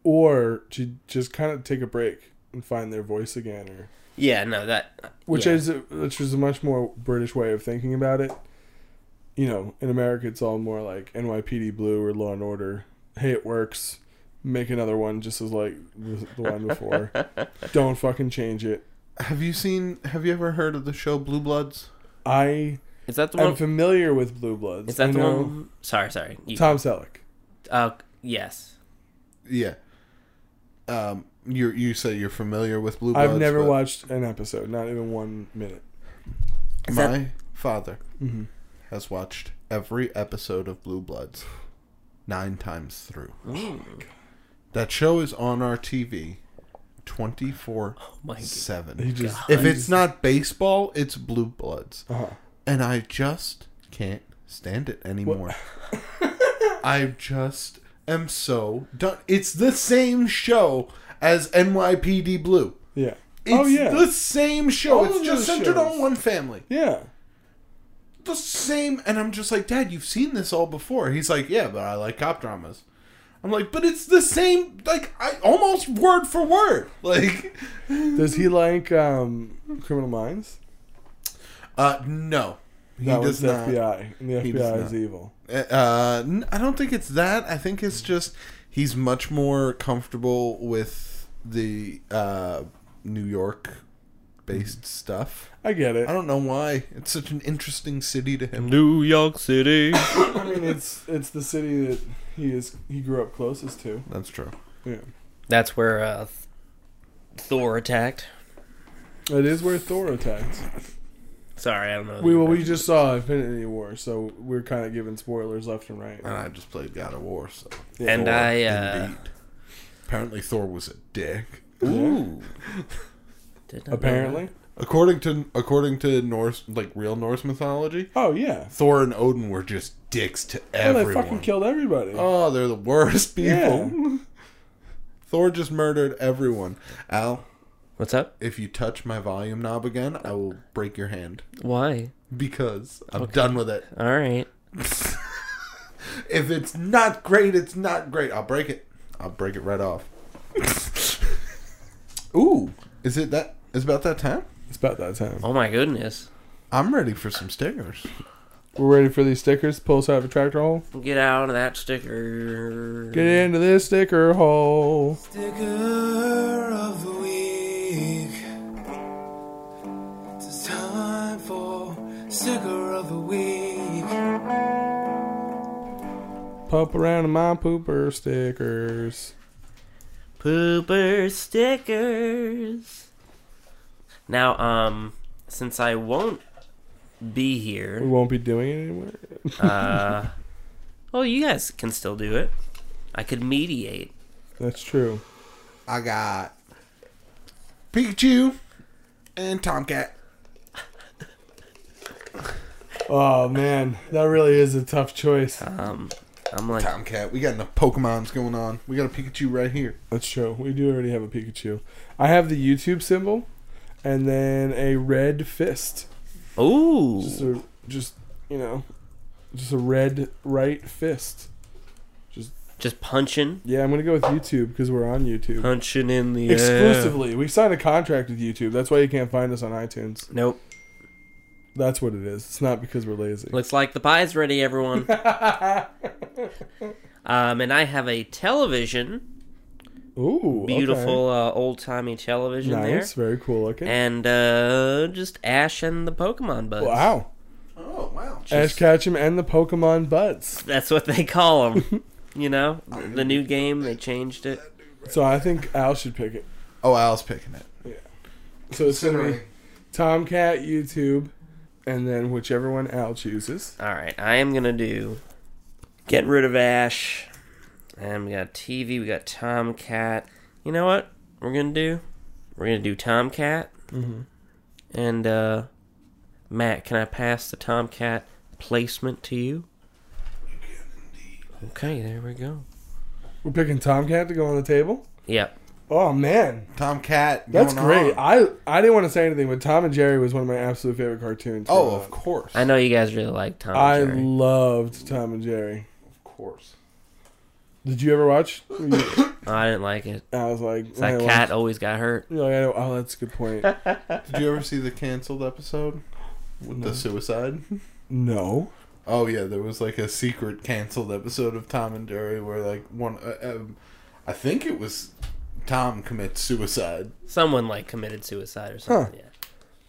C: or to just kind of take a break and find their voice again, or
B: Yeah. No. That.
C: which
B: yeah.
C: is a, which is a much more British way of thinking about it. You know, in America, it's all more like NYPD Blue or Law and Order. Hey, it works. Make another one just as like the the one before. Don't fucking change it.
D: Have you seen? Have you ever heard of the show Blue Bloods?
C: I
B: Is that the
C: am
B: one?
C: familiar with Blue Bloods.
B: Is that
C: I
B: the
C: know
B: one? Sorry. Sorry. You,
C: Tom Selleck.
B: uh, yes.
D: Yeah. Um, you you say you're familiar with Blue Bloods?
C: I've never
D: but
C: watched an episode, not even one minute.
B: Is
D: My
B: that-
D: father
C: Mhm.
D: has watched every episode of Blue Bloods. nine times through.
B: Oh
D: that show is on our TV 24
B: my God.
D: 7.
C: He just-
D: if it's not baseball, it's Blue Bloods.
C: Uh-huh.
D: And I just can't stand it anymore. I just am so done. It's the same show as NYPD Blue.
C: Yeah.
D: It's
C: oh yeah.
D: the same show.
C: All
D: it's
C: of
D: just
C: those
D: centered
C: shows.
D: on one family.
C: yeah.
D: The same. And I'm just like, Dad, you've seen this all before. He's like, Yeah, but I like cop dramas. I'm like, but it's the same, like, I almost word for word. Like,
C: Does he like um, Criminal Minds?
D: uh, no. He
C: That was
D: does
C: the
D: not.
C: FBI, and the
D: He
C: FBI
D: does
C: is
D: not.
C: evil.
D: Uh, n- I don't think it's that. I think it's just he's much more comfortable with the uh, New York based stuff.
C: I get it.
D: I don't know why. It's such an interesting city to him.
B: New York City.
C: I mean, it's it's the city that he is he grew up closest to.
D: That's true.
C: Yeah,
B: That's where uh, Thor attacked.
C: it is where Thor attacked.
B: Sorry, I don't know.
C: We well, we just saw Infinity War, so we're kind of giving spoilers left and right.
D: And I just played God of War, so.
B: And
D: Thor,
B: I, uh,
D: indeed. Apparently, Thor was a dick.
B: Ooh. Did not know
C: Apparently,
D: According to according to Norse like real Norse mythology,
C: oh yeah,
D: Thor and Odin were just dicks to
C: oh,
D: everyone.
C: they fucking killed everybody.
D: Oh, they're the worst people.
C: yeah,
D: Thor just murdered everyone. Al,
B: that. What's up?
D: if you touch my volume knob again, I will break your hand
B: Why?
D: because I'm done with it.
B: All right.
D: If it's not great, it's not great. I'll break it. I'll break it right off. Ooh, is it that? Is about that time?
C: it's about that time.
B: Oh my goodness.
D: I'm ready for some stickers.
C: We're ready for these stickers. Pull us out of a tractor hole.
B: Get out of that sticker.
C: Get into this sticker hole.
A: Sticker of the week. It's time for sticker of the week.
C: Pop around in my pooper stickers.
B: Pooper stickers. Now, um, since I won't be
C: We
B: here,
C: won't be doing it anymore.
B: uh, well, you guys can still do it. I could mediate.
C: That's true.
D: I got Pikachu and Tomcat.
C: Oh man, that really is a tough choice.
B: Um, I'm like,
D: Tomcat. We got enough Pokemons going on. We got a Pikachu right here.
C: That's true. We do already have a Pikachu. I have the YouTube symbol, and then a red fist. Just
B: ooh,
C: a just you know, just a red right fist.
B: just punching,
C: Yeah, I'm gonna go with YouTube because we're on YouTube
B: punching in the air.
C: exclusively. We signed a contract with YouTube. That's why you can't find us on iTunes.
B: Nope.
C: That's what it is. It's not because we're lazy.
B: Looks like the pie's ready, everyone. um, and I have a television,
C: Ooh, okay.
B: beautiful uh, old timey television
C: nice, very cool looking.
B: there, and uh, just Ash and the Pokemon Buds.
C: wow,
D: Oh wow!
C: Ash Ketchum and the Pokemon Buds.
B: That's what they call them. you know, the new game they changed it.
C: So I think Al should pick it.
D: Oh, Al's picking it.
C: So it's gonna be Tomcat YouTube, and then whichever one Al chooses.
B: All right, I am gonna do get rid of Ash, and we got TV, we got Tomcat. You know what we're gonna do? We're gonna do Tomcat, mm-hmm. and uh, Matt, can I pass the Tomcat placement to you? Okay, there we go.
C: We're picking Tomcat to go on the table.
B: Yep.
C: Oh man,
D: Tomcat.
C: that's
D: going
C: great!
D: on.
C: I I didn't want to say anything, but Tom and Jerry was one of my absolute favorite cartoons.
D: Oh,
C: growing
D: of
C: up.
D: course.
B: I know you guys really like Tom.
C: I
B: and Jerry.
C: loved Tom and Jerry.
D: Of course.
C: Did you ever watch? Were you-
B: Oh, I didn't like it.
C: I was like, I
B: That
C: watched-
B: cat always got hurt.
C: You're like, I don't- oh, that's a good point.
D: Did you ever see the canceled episode with the suicide?
C: no,
D: Oh yeah, there was like a secret canceled episode of Tom and Jerry where like one, uh, um, I think it was Tom commits suicide.
B: Someone like committed suicide or something. Yeah.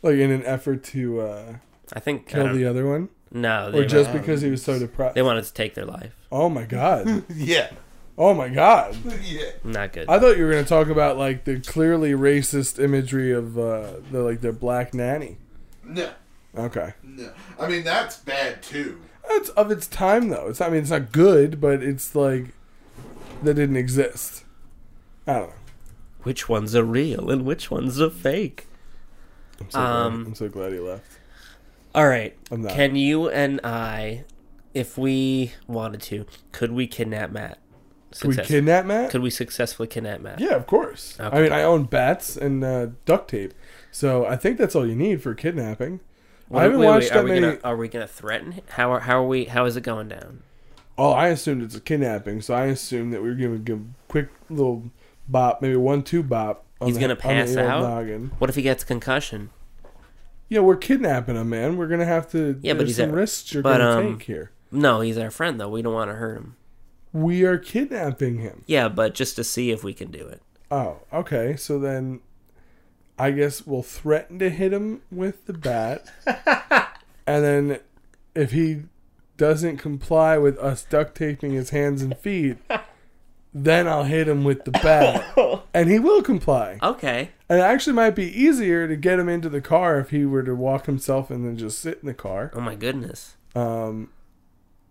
C: like in an effort to uh,
B: I think I
C: kill
B: don't-
C: the other one,
B: no, they,
C: or just
D: were-
C: because he was so
B: they
C: depressed.
B: wanted to take their life.
C: Oh my god!
D: Yeah,
C: Oh my god!
D: yeah.
B: Not good.
C: I thought you were going to talk about like the clearly racist imagery of uh, the like the black nanny.
D: No,
C: Okay,
D: no. I mean that's bad too.
C: It's of its time though. It's I mean it's not good, but it's like that didn't exist. I don't know.
B: Which ones are real and which ones are fake?
C: I'm so,
B: Um,
C: glad, I'm so glad he left.
B: All right.
C: I'm not.
B: Can you and I, if we wanted to, could we kidnap Matt?
C: Can we
B: Success-
C: kidnap Matt?
B: Could we successfully kidnap Matt?
C: yeah, of course. I
B: Okay.
C: mean, I own bats and uh, duct tape, so I think that's all you need for kidnapping.
B: Wait,
C: I haven't
B: wait, wait,
C: watched
B: are
C: that
B: we
C: many.
B: Gonna, are we gonna threaten? him? How are how are we? How is it going down?
C: Oh, I assumed it's a kidnapping, so I assumed that we were going to give a quick little bop, maybe one two bop. On
B: He's
C: the-
B: gonna
C: on the
B: pass
C: old
B: out?
C: Noggin.
B: What if he gets concussion?
C: Yeah, we're kidnapping him, man. We're gonna have to.
B: Yeah, but
C: there's
B: he's
C: some
B: a-
C: risks you're
B: but,
C: gonna
B: um,
C: take here.
B: No, he's our friend though. We don't want to hurt him.
C: We are kidnapping him.
B: Yeah, but just to see if we can do it.
C: Oh, okay. So then, I guess we'll threaten to hit him with the bat, and then if he doesn't comply with us duct taping his hands and feet, then I'll hit him with the bat, and he will comply.
B: Okay.
C: And it actually might be easier to get him into the car if he were to walk himself and then just sit in the car.
B: Oh my goodness.
C: Um,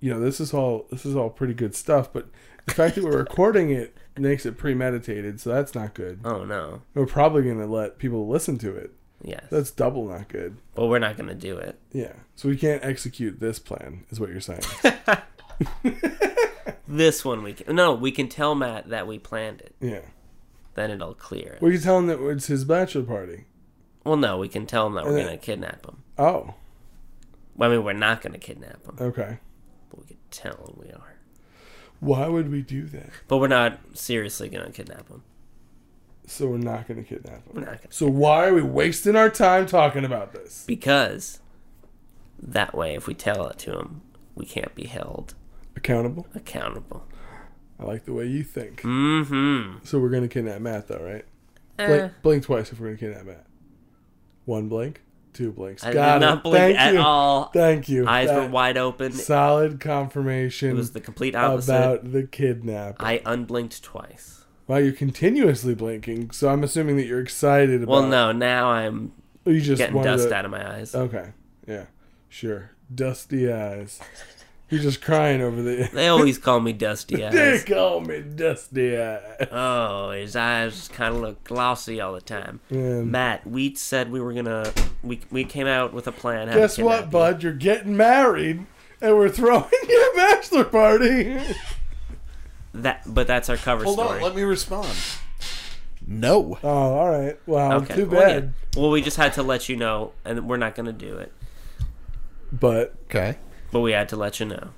C: you know, this is all this is all pretty good stuff, but the fact that we're recording it makes it premeditated, so that's not good.
B: Oh no.
C: We're probably gonna let people listen to it.
B: Yes.
C: That's double not good.
B: but we're not gonna do it.
C: Yeah. So we can't execute this plan, is what you're saying.
B: This one we can. No, we can tell Matt that we planned it.
C: yeah.
B: Then it'll clear. It.
C: Well, you tell him that it's his bachelor party.
B: Well, no, we can tell him that we're
C: Uh,
B: gonna kidnap him.
C: Oh,
B: Well, I mean, we're not gonna kidnap him.
C: okay.
B: But we can tell him we are.
C: Why would we do that?
B: But we're not seriously gonna kidnap him.
C: So we're not going to kidnap him.
B: We're not gonna.
C: So why are we wasting our time talking about this?
B: Because that way, if we tell it to him, we can't be held
C: Accountable.
B: accountable.
C: I like the way you think.
B: Mm-hmm.
C: So we're gonna kidnap Matt, though, right?
B: Eh,
D: Uh,
C: Blink, blink twice if we're gonna kidnap Matt. One blink, two blinks.
B: I did
C: Got
B: not
C: it.
B: blink
C: Thank
B: at
C: you.
B: all.
C: Thank you.
B: Eyes were
C: That
B: wide open.
C: Solid
B: It
C: confirmation
B: was the complete opposite.
C: about the kidnap.
B: I unblinked twice.
C: Wow, you're continuously blinking, so I'm assuming that you're excited about.
B: Well, no, now I'm
C: no, you just
B: getting
C: wanted
B: dust
C: to- uh,
B: out of my eyes.
C: Okay, yeah, sure. Dusty eyes. You're just crying over the.
B: They always call me Dusty
C: They
B: Eyes.
C: call me Dusty Eyes.
B: Oh, his eyes kind of look glossy all the time.
C: And
B: Matt, we said we were gonna. We we came out with a plan. how to
C: Guess
B: kidnap
C: what,
B: you.
C: bud? You're getting married, and we're throwing you a bachelor party.
B: That, but that's our cover
D: Hold
B: story.
D: on, let me respond. No.
C: oh, all right. Wow, too
B: well, yeah.
C: bad.
B: Well, we just had to let you know, and we're not gonna do it,
C: But
D: Okay.
B: but we had to let you know.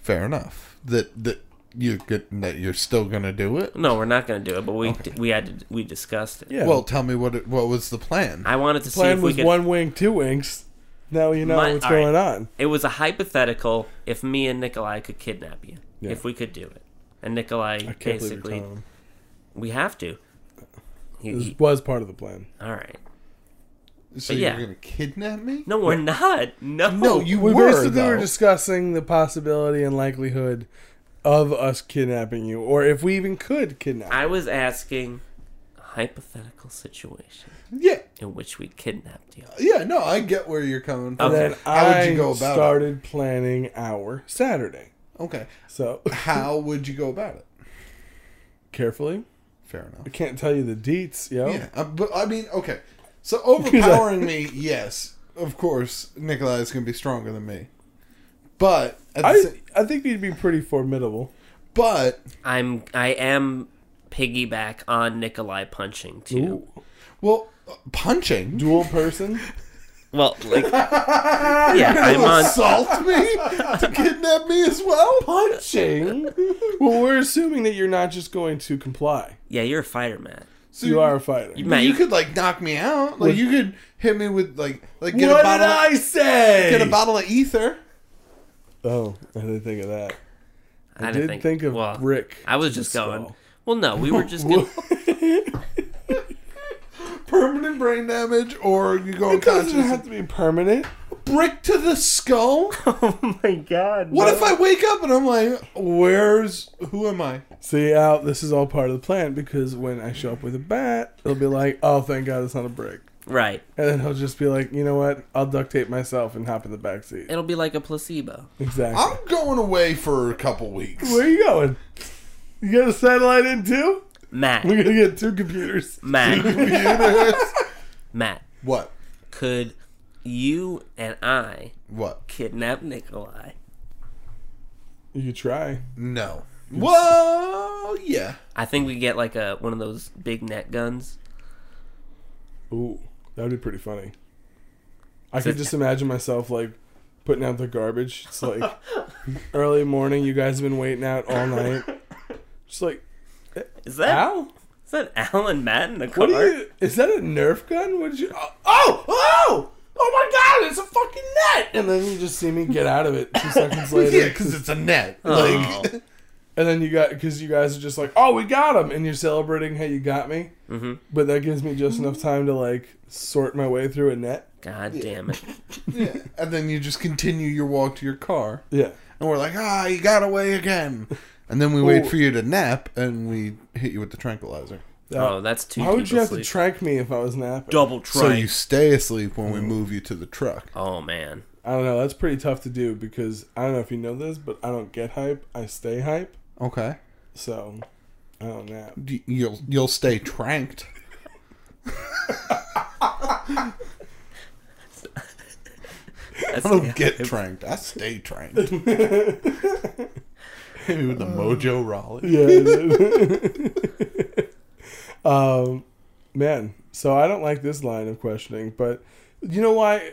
D: Fair enough. That that you could that you're still gonna do it.
B: No, we're not gonna do it, but we we had to, we discussed it.
C: yeah,
D: Well,
C: well,
D: tell me what it, what was the plan?
B: I wanted to see
C: plan
B: if we
C: was
B: could.
C: one wing, two winks. Now you know
B: My-
C: what's
B: all right.
C: going on.
B: It was a hypothetical. If me and Nikolai could kidnap you,
C: Yeah.
B: if we could do it, and Nikolai
C: I can't believe
B: basically,
C: you're telling him.
B: we have to. He-
C: This
B: he-
C: was part of the plan.
B: all right.
D: so
B: yeah.
D: you're gonna kidnap me?
B: No, we're not. No.
D: No, you
C: We
D: were.
C: basically were
D: though.
C: discussing the possibility and likelihood of us kidnapping you, or if we even could kidnap.
B: I was asking a hypothetical situation
D: Yeah.
B: in which we kidnapped you.
D: Yeah. No, I get where you're coming from.
B: Okay.
C: then
D: How
C: I
D: would you go about
C: started planning our Saturday.
D: it? Okay.
C: So
D: How would you go about it?
C: carefully.
D: Fair enough.
C: I can't tell you the deets, yo.
D: Yeah, uh, but I mean, okay. So overpowering me, yes, of course, Nikolai is going to be stronger than me. But at the
C: I,
D: sa-
C: I think he'd be pretty formidable.
D: but
B: I'm I am piggyback on Nikolai punching too.
D: well, uh, punching. Do
C: Dual person.
B: Well, like yeah, I'm
D: you
B: on.
D: assault me to kidnap me as well? Punching.
C: well, we're assuming that you're not just going to comply.
B: Yeah, you're a fighter, Matt.
D: So
C: You are a fighter.
D: You,
B: Matt,
D: you
B: you-
D: could like knock me out. Like you could hit me with like like get a
C: what did
D: bottle.
C: I
D: Of,
C: say?
D: get a bottle of ether.
C: oh, I didn't think of that.
B: I,
C: I
B: didn't
C: did think, of
B: well,
C: brick.
B: I was
C: to the
B: just going.
C: skull.
B: Well, no, we were just gonna,
D: Permanent brain damage, or you go
C: It doesn't
D: unconscious.
C: have to be permanent.
D: Brick to the skull.
B: Oh my god.
D: What if I wake up and I'm like, where's who am I?
C: See, Al, this is all part of the plan because when I show up with a bat, it'll be like, oh, thank God it's not a brick.
B: Right.
C: and then he'll just be like, you know what? I'll duct tape myself and hop in the back seat.
B: It'll be like a placebo.
C: Exactly.
D: I'm going away for a couple weeks.
C: Where are you going? You got a satellite in too?
B: Matt.
C: We're gonna get two computers.
B: Matt. Matt.
D: What?
B: Could you and I
D: What?
B: kidnap Nikolai?
C: You could try.
D: No. Well, yeah.
B: I think we get like a one of those big net guns.
C: Ooh, that would be pretty funny. I could just imagine myself like putting out the garbage. It's like early morning. You guys have been waiting out all night. Just like
B: Is that
C: ow.
B: is that Alan Matt in the car?
C: What are you? Is that a Nerf gun? What did you? Oh, oh, oh! Oh my God! It's a fucking net! And then you just see me get out of it two seconds later.
D: Yeah, because it's a net.
B: Oh.
D: Like,
C: And then you got because you guys are just like, oh, we got him, and you're celebrating how you got me. Mm-hmm. But that gives me just enough time to like sort my way through a net.
B: God damn
C: Uh,
B: it.
D: yeah. and then you just continue your walk to your car,
C: Yeah.
D: and we're like, ah, you got away again. And then we wait
C: Ooh.
D: for you to nap, and we hit you with the tranquilizer.
B: Oh, that's two.
C: Why would
B: people
C: you have
B: sleep.
C: to trank me if I was napping?
B: double
D: So
B: try?
D: you stay asleep when we move you to the truck.
B: oh man.
C: I don't know. That's pretty tough to do because I don't know if you know this, but I don't get hype. I stay hype.
D: Okay.
C: So I don't nap.
D: D- You'll you'll stay tranked.
B: That's,
D: I don't get tranked. I stay tranked. Hit me with the Mojo Raleigh.
C: Yeah. it is. um, man. So I don't like this line of questioning, but you know why?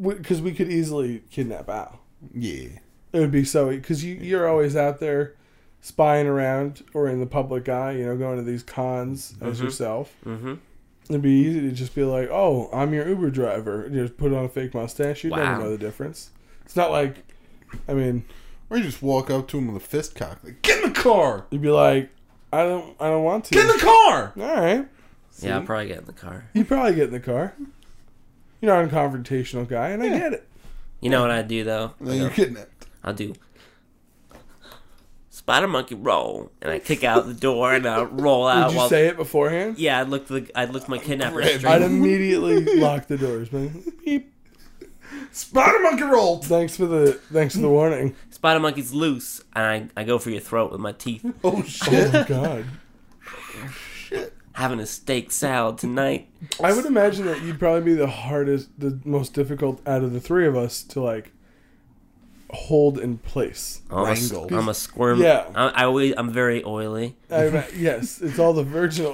C: Because we could easily kidnap Al.
D: Yeah.
C: It would be so because you you're always out there spying around or in the public eye. You know, going to these cons as yourself.
B: Mm-hmm.
C: It'd be easy to just be like, "Oh, I'm your Uber driver." You just put on a fake mustache. You'd
B: Wow.
C: never know the difference. It's not like, I mean,
D: Or you just walk up to him with a fist cock. Like, get in the car!
C: you'd be like, "I don't, I don't want to."
D: Get in the car!
C: All right,
B: Yeah, I'll probably get in the car.
C: you probably get in the car. You're not a confrontational guy, and I get it.
B: You know what I do though?
D: And then you're kidnapped.
B: I'll do spider monkey roll, and I kick out the door and I roll out.
C: Did you
B: while,
C: say it beforehand?
B: Yeah, I looked the I looked my kidnapper
D: Grab
B: straight.
C: I'd immediately lock the doors, man. Beep.
D: Spider Monkey Roll!
C: Thanks for the thanks for the warning.
B: Spider monkey's loose, and I, I go for your throat with my teeth.
D: Oh
C: Oh my
D: shit.
C: god.
B: Having a steak salad tonight.
C: I would imagine that you'd probably be the hardest, the most difficult out of the three of us to like hold in place.
B: I'm a, s-
D: Wrangle.
B: I'm a squirm.
C: Yeah.
B: I, I always, I'm very oily.
C: I, ma- yes, it's all the virginal.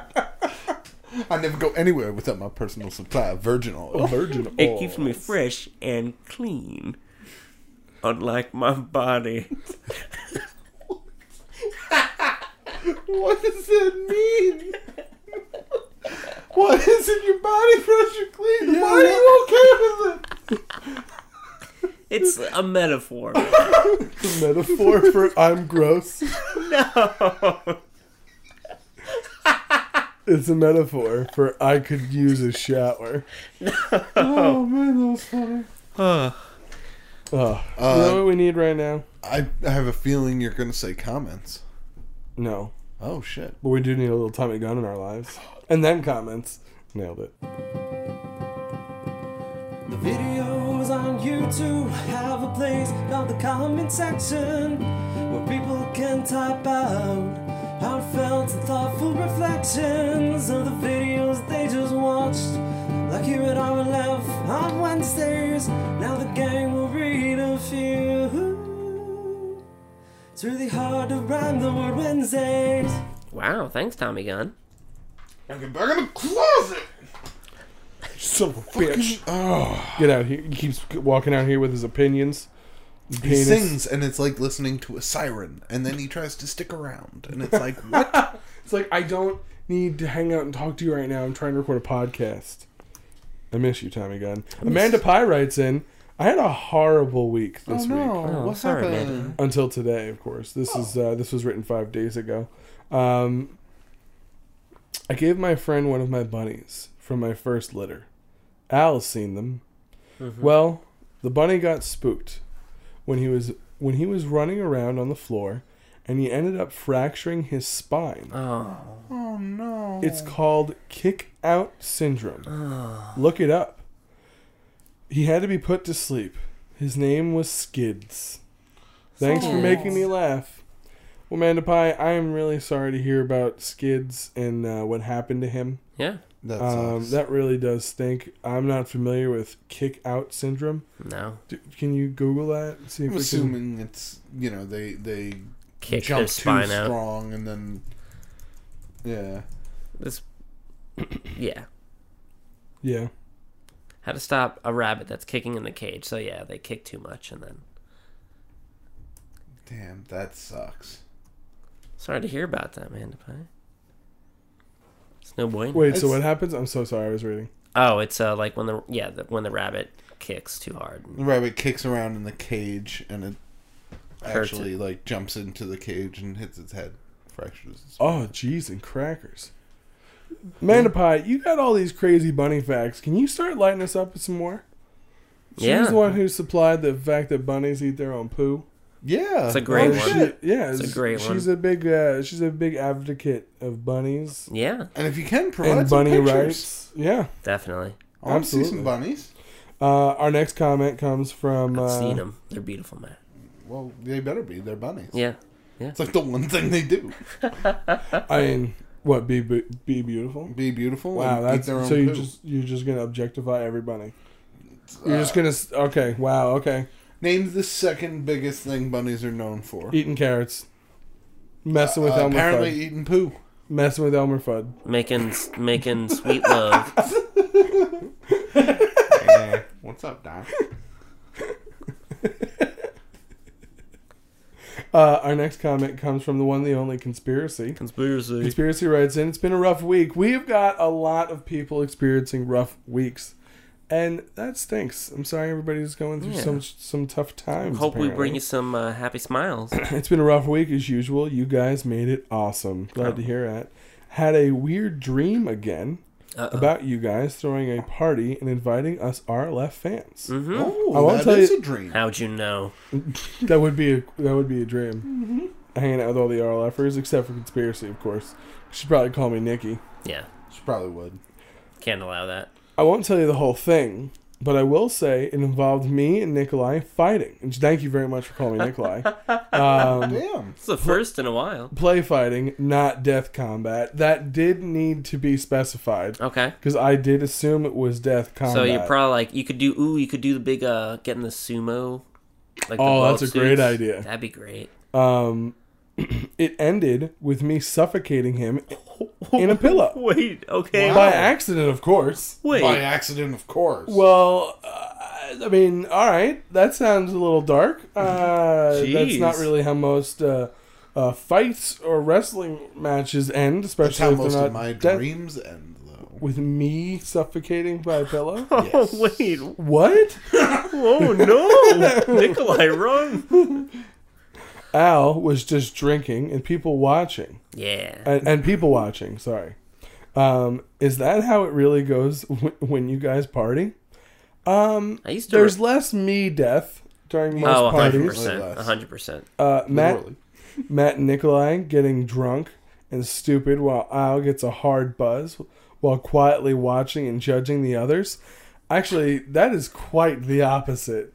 D: I never go anywhere without my personal supply of virgin oil.
C: virginal.
B: It keeps me fresh and clean. Unlike my body.
D: What does that mean? What is it? Your body pressure clean?
C: Yeah,
D: Why are you okay with it?
B: It's a metaphor.
C: It's a metaphor for I'm gross.
B: No.
C: It's a metaphor for I could use a shower.
D: Oh man, that was funny.
C: Oh,
D: Uh,
C: you know what we need right now?
D: I, I have a feeling you're gonna say comments.
C: No,
D: Oh shit.
C: but we do need a little Tommy Gun in our lives, and then comments. Nailed it.
A: The videos on YouTube have a place called the comment section where people can type out heartfelt and thoughtful reflections of the videos they just watched. Like here at RLF on Wednesdays, now the gang will read a few. It's really hard to rhyme the word Wednesdays.
B: Wow, thanks, Tommy Gunn.
D: I get back in the closet.
C: Son of a bitch.
D: Oh.
C: Get out here. He keeps walking out here with his opinions.
D: He
C: Penis.
D: sings and it's like listening to a siren, and then he tries to stick around, and it's like what?
C: It's like I don't need to hang out and talk to you right now. I'm trying to record a podcast. I miss you, Tommy Gunn. Amanda Pye writes in. I had a horrible week this week
B: Oh,
D: what's
B: sorry,
D: happening?
B: man.
C: until today. Of course, this is uh, this was written five days ago. Um, I gave my friend one of my bunnies from my first litter. Al's seen them. Well, the bunny got spooked when he was when he was running around on the floor, and he ended up fracturing his spine
B: Oh.
D: Oh Oh no.
C: It's called kick out syndrome. Look it up. He had to be put to sleep. His name was Skids. Thanks for
B: Skids.
C: making me laugh. Well, Amanda Pie, I am really sorry to hear about Skids and uh, what happened to him.
B: Yeah.
D: that
C: Um,
D: sucks.
C: that really does stink. I'm not familiar with kick out syndrome.
B: No.
C: Do, can you Google that? See
D: I'm
C: we can-
D: assuming it's you know they they
B: Kick
D: jump
B: their
D: too
B: spine out.
D: strong and then yeah.
B: This, yeah.
C: Yeah.
B: How to stop a rabbit that's kicking in the cage. So yeah, they kick too much and then.
D: Damn, that sucks.
B: Sorry to hear about that, man. It's no bueno.
C: Wait. so
D: It's-
C: what happens? I'm so sorry. I was reading.
B: Oh, it's uh, like when the yeah the, when the rabbit kicks too hard.
D: The rabbit kicks around in the cage and it
B: Hurts
D: actually like jumps into the cage and hits its head, fractures. Its
C: Oh, jeez, and crackers. Mandapie, you got all these crazy bunny facts. Can you start lighting us up with some more? She's
B: Yeah.
C: the one who supplied the fact that bunnies eat their own poo. Oh,
D: yeah,
B: It's a great
D: one.
B: one.
C: Shit, Yeah,
B: It's a
C: s-
B: great one.
C: she's a big uh, she's a big advocate of bunnies
B: Yeah,
D: And if you can provide
C: and
D: some
C: bunny
D: pictures,
C: rights. Yeah.
B: definitely.
D: I want to see some
C: Absolutely.
D: bunnies.
C: Uh, our next comment comes from
B: I've
C: uh,
B: seen them. They're beautiful, man.
D: Well, they better be. They're bunnies.
B: Yeah,
D: It's like the one thing they do:
C: I mean, what be be, be beautiful.
D: be beautiful. and
C: Wow,
D: eat
C: that's
D: their own
C: so you
D: poo.
C: just you're just gonna objectify every bunny.
D: Uh,
C: You're just gonna s- okay. Wow, okay.
D: name the second biggest thing bunnies are known for.
C: Eating carrots, messing with
D: Uh,
C: Elmer
D: apparently,
C: Fudd.
D: eating poo.
C: Messing with Elmer Fudd.
B: making making sweet love.
D: what's up, Doc?
C: Uh, our next comment comes from the one, the only conspiracy.
B: Conspiracy.
C: Conspiracy writes in, it's been a rough week. We've got a lot of people experiencing rough weeks. And that stinks. I'm sorry everybody's going through
B: Yeah.
C: some some tough times.
B: Hope we bring
C: apparently.
B: you some uh, happy smiles.
C: It's been a rough week as usual. You guys made it awesome. Glad
B: Oh.
C: to hear that. Had a weird dream again
B: Uh-oh.
C: about you guys throwing a party and inviting us RLF fans.
B: hmm
C: I
D: Oh,
C: won't
D: that
C: tell
D: is
C: you-
D: a dream.
B: How'd you know?
C: That would be a that would be a dream. Hanging out with all the RLFers, except for conspiracy, of course. She'd probably call me Nikki.
B: Yeah,
D: She probably would.
B: can't allow that.
C: I won't tell you the whole thing, but I will say it involved me and Nikolai fighting. And thank you very much for calling me Nikolai. um,
D: Damn.
B: It's the first in a while.
C: play fighting, not death combat. That did need to be specified
B: Okay.
C: because I did assume it was death combat.
B: So you're probably like you could do ooh you could do the big uh getting the sumo. Like the
C: Oh, that's
B: bulk
C: a great
B: suits.
C: idea.
B: That'd be great.
C: um, it ended with me suffocating him in a pillow
B: Wait. Okay.
C: by accident, of course.
B: Wait.
D: By accident, of course.
C: Well, uh, I mean, all right, that sounds a little dark. Uh, that's
B: Jeez.
C: not really how most uh, uh, fights or wrestling matches end,
D: That's how
C: especially if
D: most
C: they're not
D: of my
C: dead-
D: dreams end, though.
C: with me suffocating by a pillow.
B: Oh wait!
C: what?
B: Oh no, Nikolai, run!
C: Al was just drinking and people watching,
B: Yeah,
C: and, and people watching. Sorry, um, is that how it really goes w- when you guys party? Um,
B: I used to.
C: there's less me death during most
B: oh, hundred
C: parties.
B: percent,
D: Less.
B: hundred percent.
C: Uh, Matt
D: Literally.
C: Matt and Nikolai getting drunk and stupid while Al gets a hard buzz while quietly watching and judging the others. Actually, that is quite the opposite.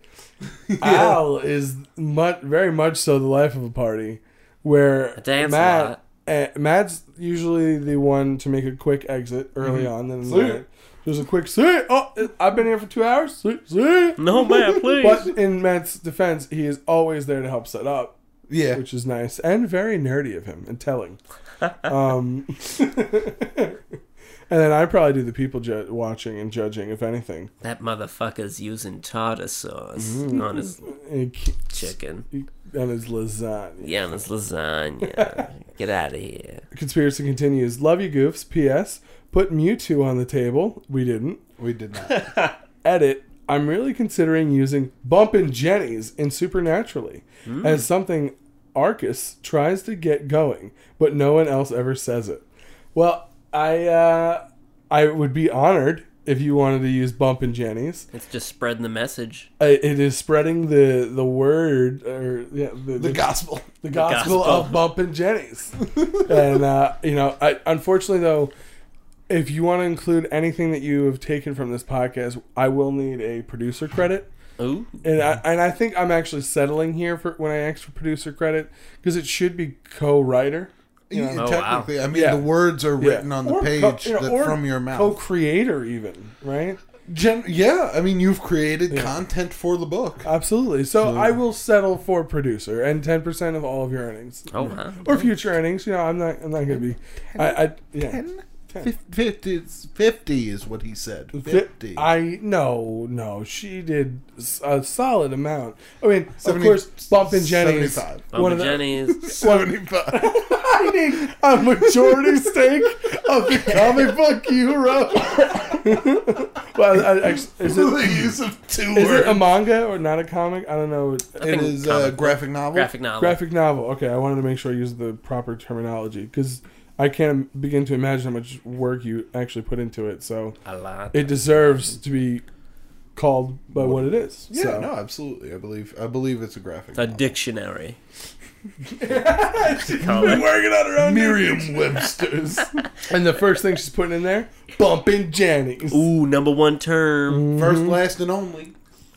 C: Al is much, very much so the life of a party, where
B: Damn
C: Matt eh, Matt's usually the one to make a quick exit early
B: Mm-hmm.
C: on. Then
D: See ya.
C: Matt- there's a quick see. Oh, I've been here for two hours. See, see.
B: No man, please.
C: But in Matt's defense, he is always there to help set up
D: Yeah.
C: which is nice and very nerdy of him and telling. um, and then I probably do the people ju- watching and judging, if anything.
B: That motherfucker's using tartar sauce
C: Mm.
B: on his
C: And he-
B: chicken.
C: and his lasagna.
B: Yeah, on his lasagna. Get out of here.
C: Conspiracy continues. Love you, goofs. P.S. Put Mewtwo on the table. We didn't.
D: We did not.
C: Edit. I'm really considering using Bumpin' Jennies in Supernaturally as something Arcus tries to get going, but no one else ever says it. Well, I uh, I would be honored if you wanted to use Bump and Jenny's.
B: It's just spreading the message.
C: I- It is spreading the the word or yeah, the,
D: The gospel.
C: the gospel,
B: gospel.
C: of Bump and Jenny's. and uh, you know, I, unfortunately though, if you want to include anything that you have taken from this podcast, I will need a producer credit.
B: Ooh.
C: And I, and I think I'm actually settling here for when I ask for producer credit because it should be co-writer.
D: You-
B: Oh,
D: technically, I mean,
C: Yeah.
D: the words are
C: Yeah.
D: written on the
C: Or co-
D: page
C: you know,
D: that,
C: or
D: from your mouth.
C: Co-creator even, right?
D: Gen- yeah, I mean, you've created content for the
C: Uh,
D: book.
C: Absolutely. So I will settle for producer and 10% of all of your earnings.
B: Oh wow.
C: Or future earnings, you know, I'm not I'm not going to be I I yeah.
D: Ten?
C: Ten.
D: Fif- 50, it's 50 is what he said.
C: Fi-
D: 50.
C: I no no she did s- a solid amount. I mean,
D: Seventy-
C: of course, Bump and Jenny's
D: 75.
B: Bump
C: one
B: and
C: of the,
B: Jenny's.
D: 75.
C: I need a majority stake of the
D: Comic book you wrote.
C: Well, I, I, is it
D: the use of two
C: is it a
D: words.
C: manga or not a comic? I don't know.
D: It
B: think
D: is
B: comic
D: a
B: book.
D: graphic novel.
B: graphic novel.
C: uh, Graphic novel. Okay, I wanted to make sure I used the proper terminology because I can't begin to imagine how much work you actually put into it. So
B: A lot.
C: it deserves to be called by what it is.
D: Yeah,
C: so.
D: no, absolutely. I believe I believe it's a graphic
B: a
D: novel.
B: dictionary.
D: working on her own Merriam Webster's.
C: And the first thing she's putting in there, bumping Jenny's.
B: Ooh, number one
C: Mm.
B: term.
D: First, last, and only.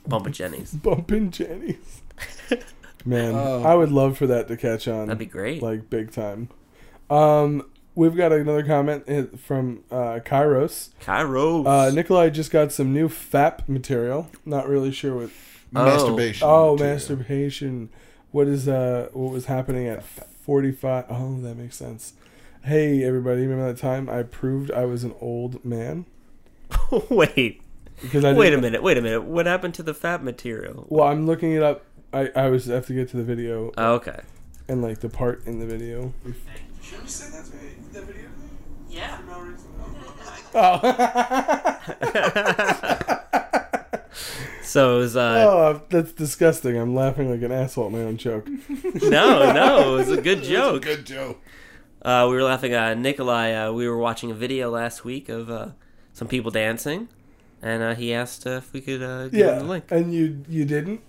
B: Bump and Jenny's.
C: Bumping Jenny's. Man,
D: Oh.
C: I would love for that to catch on.
B: That'd be great.
C: like big time. Um, we've got another comment uh, from uh, Kairos.
B: Kairos.
C: Uh, Nikolai just got some new FAP material. Not really sure what.
B: Oh.
D: Masturbation.
C: Oh,
D: material.
C: masturbation. What is uh? What was happening at forty-five? Oh, that makes sense. Hey everybody, remember that time I proved I was an old man
B: wait.
C: because I
B: Wait a
C: didn't-
B: minute. Wait a minute. What happened to the fat material?
C: Well, I'm looking it up. I I was have to get to the video
B: Oh, okay.
C: and like the part in the video.
E: Yeah.
C: Oh.
B: So it was uh
C: Oh, that's disgusting. I'm laughing like an asshole at my own joke.
B: no, no, it was a good joke.
D: Good joke.
B: Uh, we were laughing at Nikolai. Uh, we were watching a video last week of uh, some people dancing, and uh, he asked uh, if we could uh, give him the
C: Yeah,
B: link.
C: and you you didn't.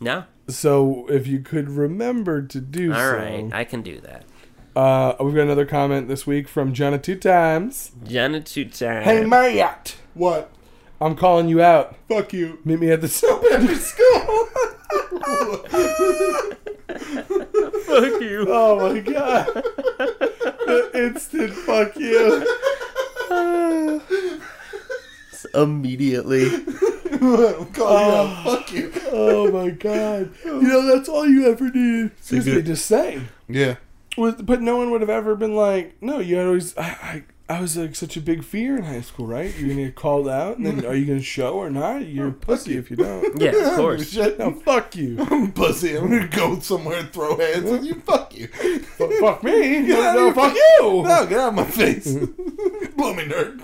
B: No,
C: So if you could remember to do
B: all
C: so.
B: right, I can do that.
C: Uh, we've got another comment this week from Jenna two times.
B: Jenna two times.
C: Hey Marriott,
D: What?
C: I'm calling you out.
D: Fuck you.
C: Meet me at the soap after school.
B: fuck you.
C: oh my god. The instant fuck you.
B: Immediately.
D: I'm calling you out. Fuck you.
C: Oh my god. You know that's all you ever needed. Excuse me
B: good-
C: to say.
D: Yeah.
C: Was- But no one would have ever been like, no, you had always. I, I, I was like such a big fear in high school, right? You're gonna get called out, and then are you gonna show or not? You're a pussy if Hmm. you don't.
B: Yeah, of
D: Give a
B: course.
D: shit.
C: No, fuck you.
D: I'm pussy. I'm gonna go somewhere and throw hands with you. Fuck you.
C: Fu- fuck me. No,
D: out of
C: no,
D: your
C: fuck you.
D: No, get out of my face. Blow me, nerd.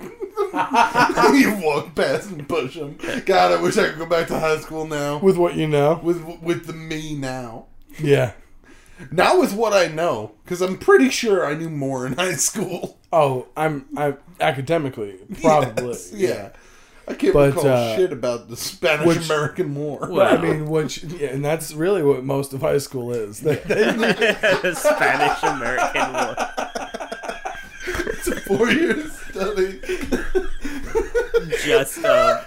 D: you walk past and push him. God, I wish I could go back to high school now.
C: With what you know.
D: With with the me now.
C: Yeah.
D: Not with what I know, because I'm pretty sure I knew more in high school.
C: Oh, I'm. I academically probably.
D: Yes, yeah. I can't
C: But,
D: recall
C: uh,
D: shit about the Spanish American War.
B: Well-
C: I mean, which yeah, and that's really what most of high school is. They,
B: Spanish American War.
D: It's a four year study.
B: Just uh,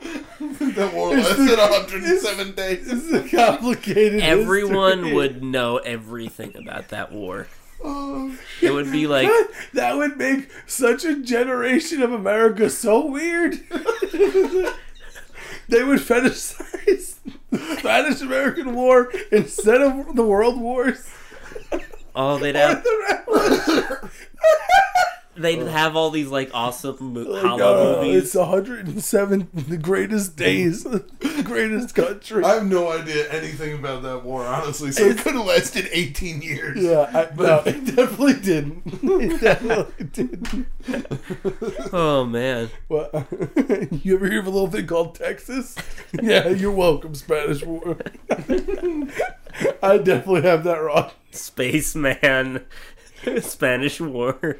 D: That war lasted 107 days.
C: it's complicated.
B: everyone
C: history.
B: would know everything about that war.
D: Oh,
B: It would be like
C: that would make such a generation of America so weird. they would fetishize the Spanish American War instead of the World Wars.
B: oh, they'd have they'd
C: Oh.
B: have all these like awesome mo-
C: Like,
B: hollow
C: uh,
B: movies.
C: it's 107 the greatest days, the greatest country.
D: I have no idea anything about that war, honestly. So it could have lasted 18 years.
C: yeah, I, no, it definitely didn't. It definitely didn't.
B: Oh man.
C: Well, you ever hear of a little thing called Texas? Yeah, you're welcome, Spanish War. I definitely have that wrong.
B: Spaceman, Spanish War.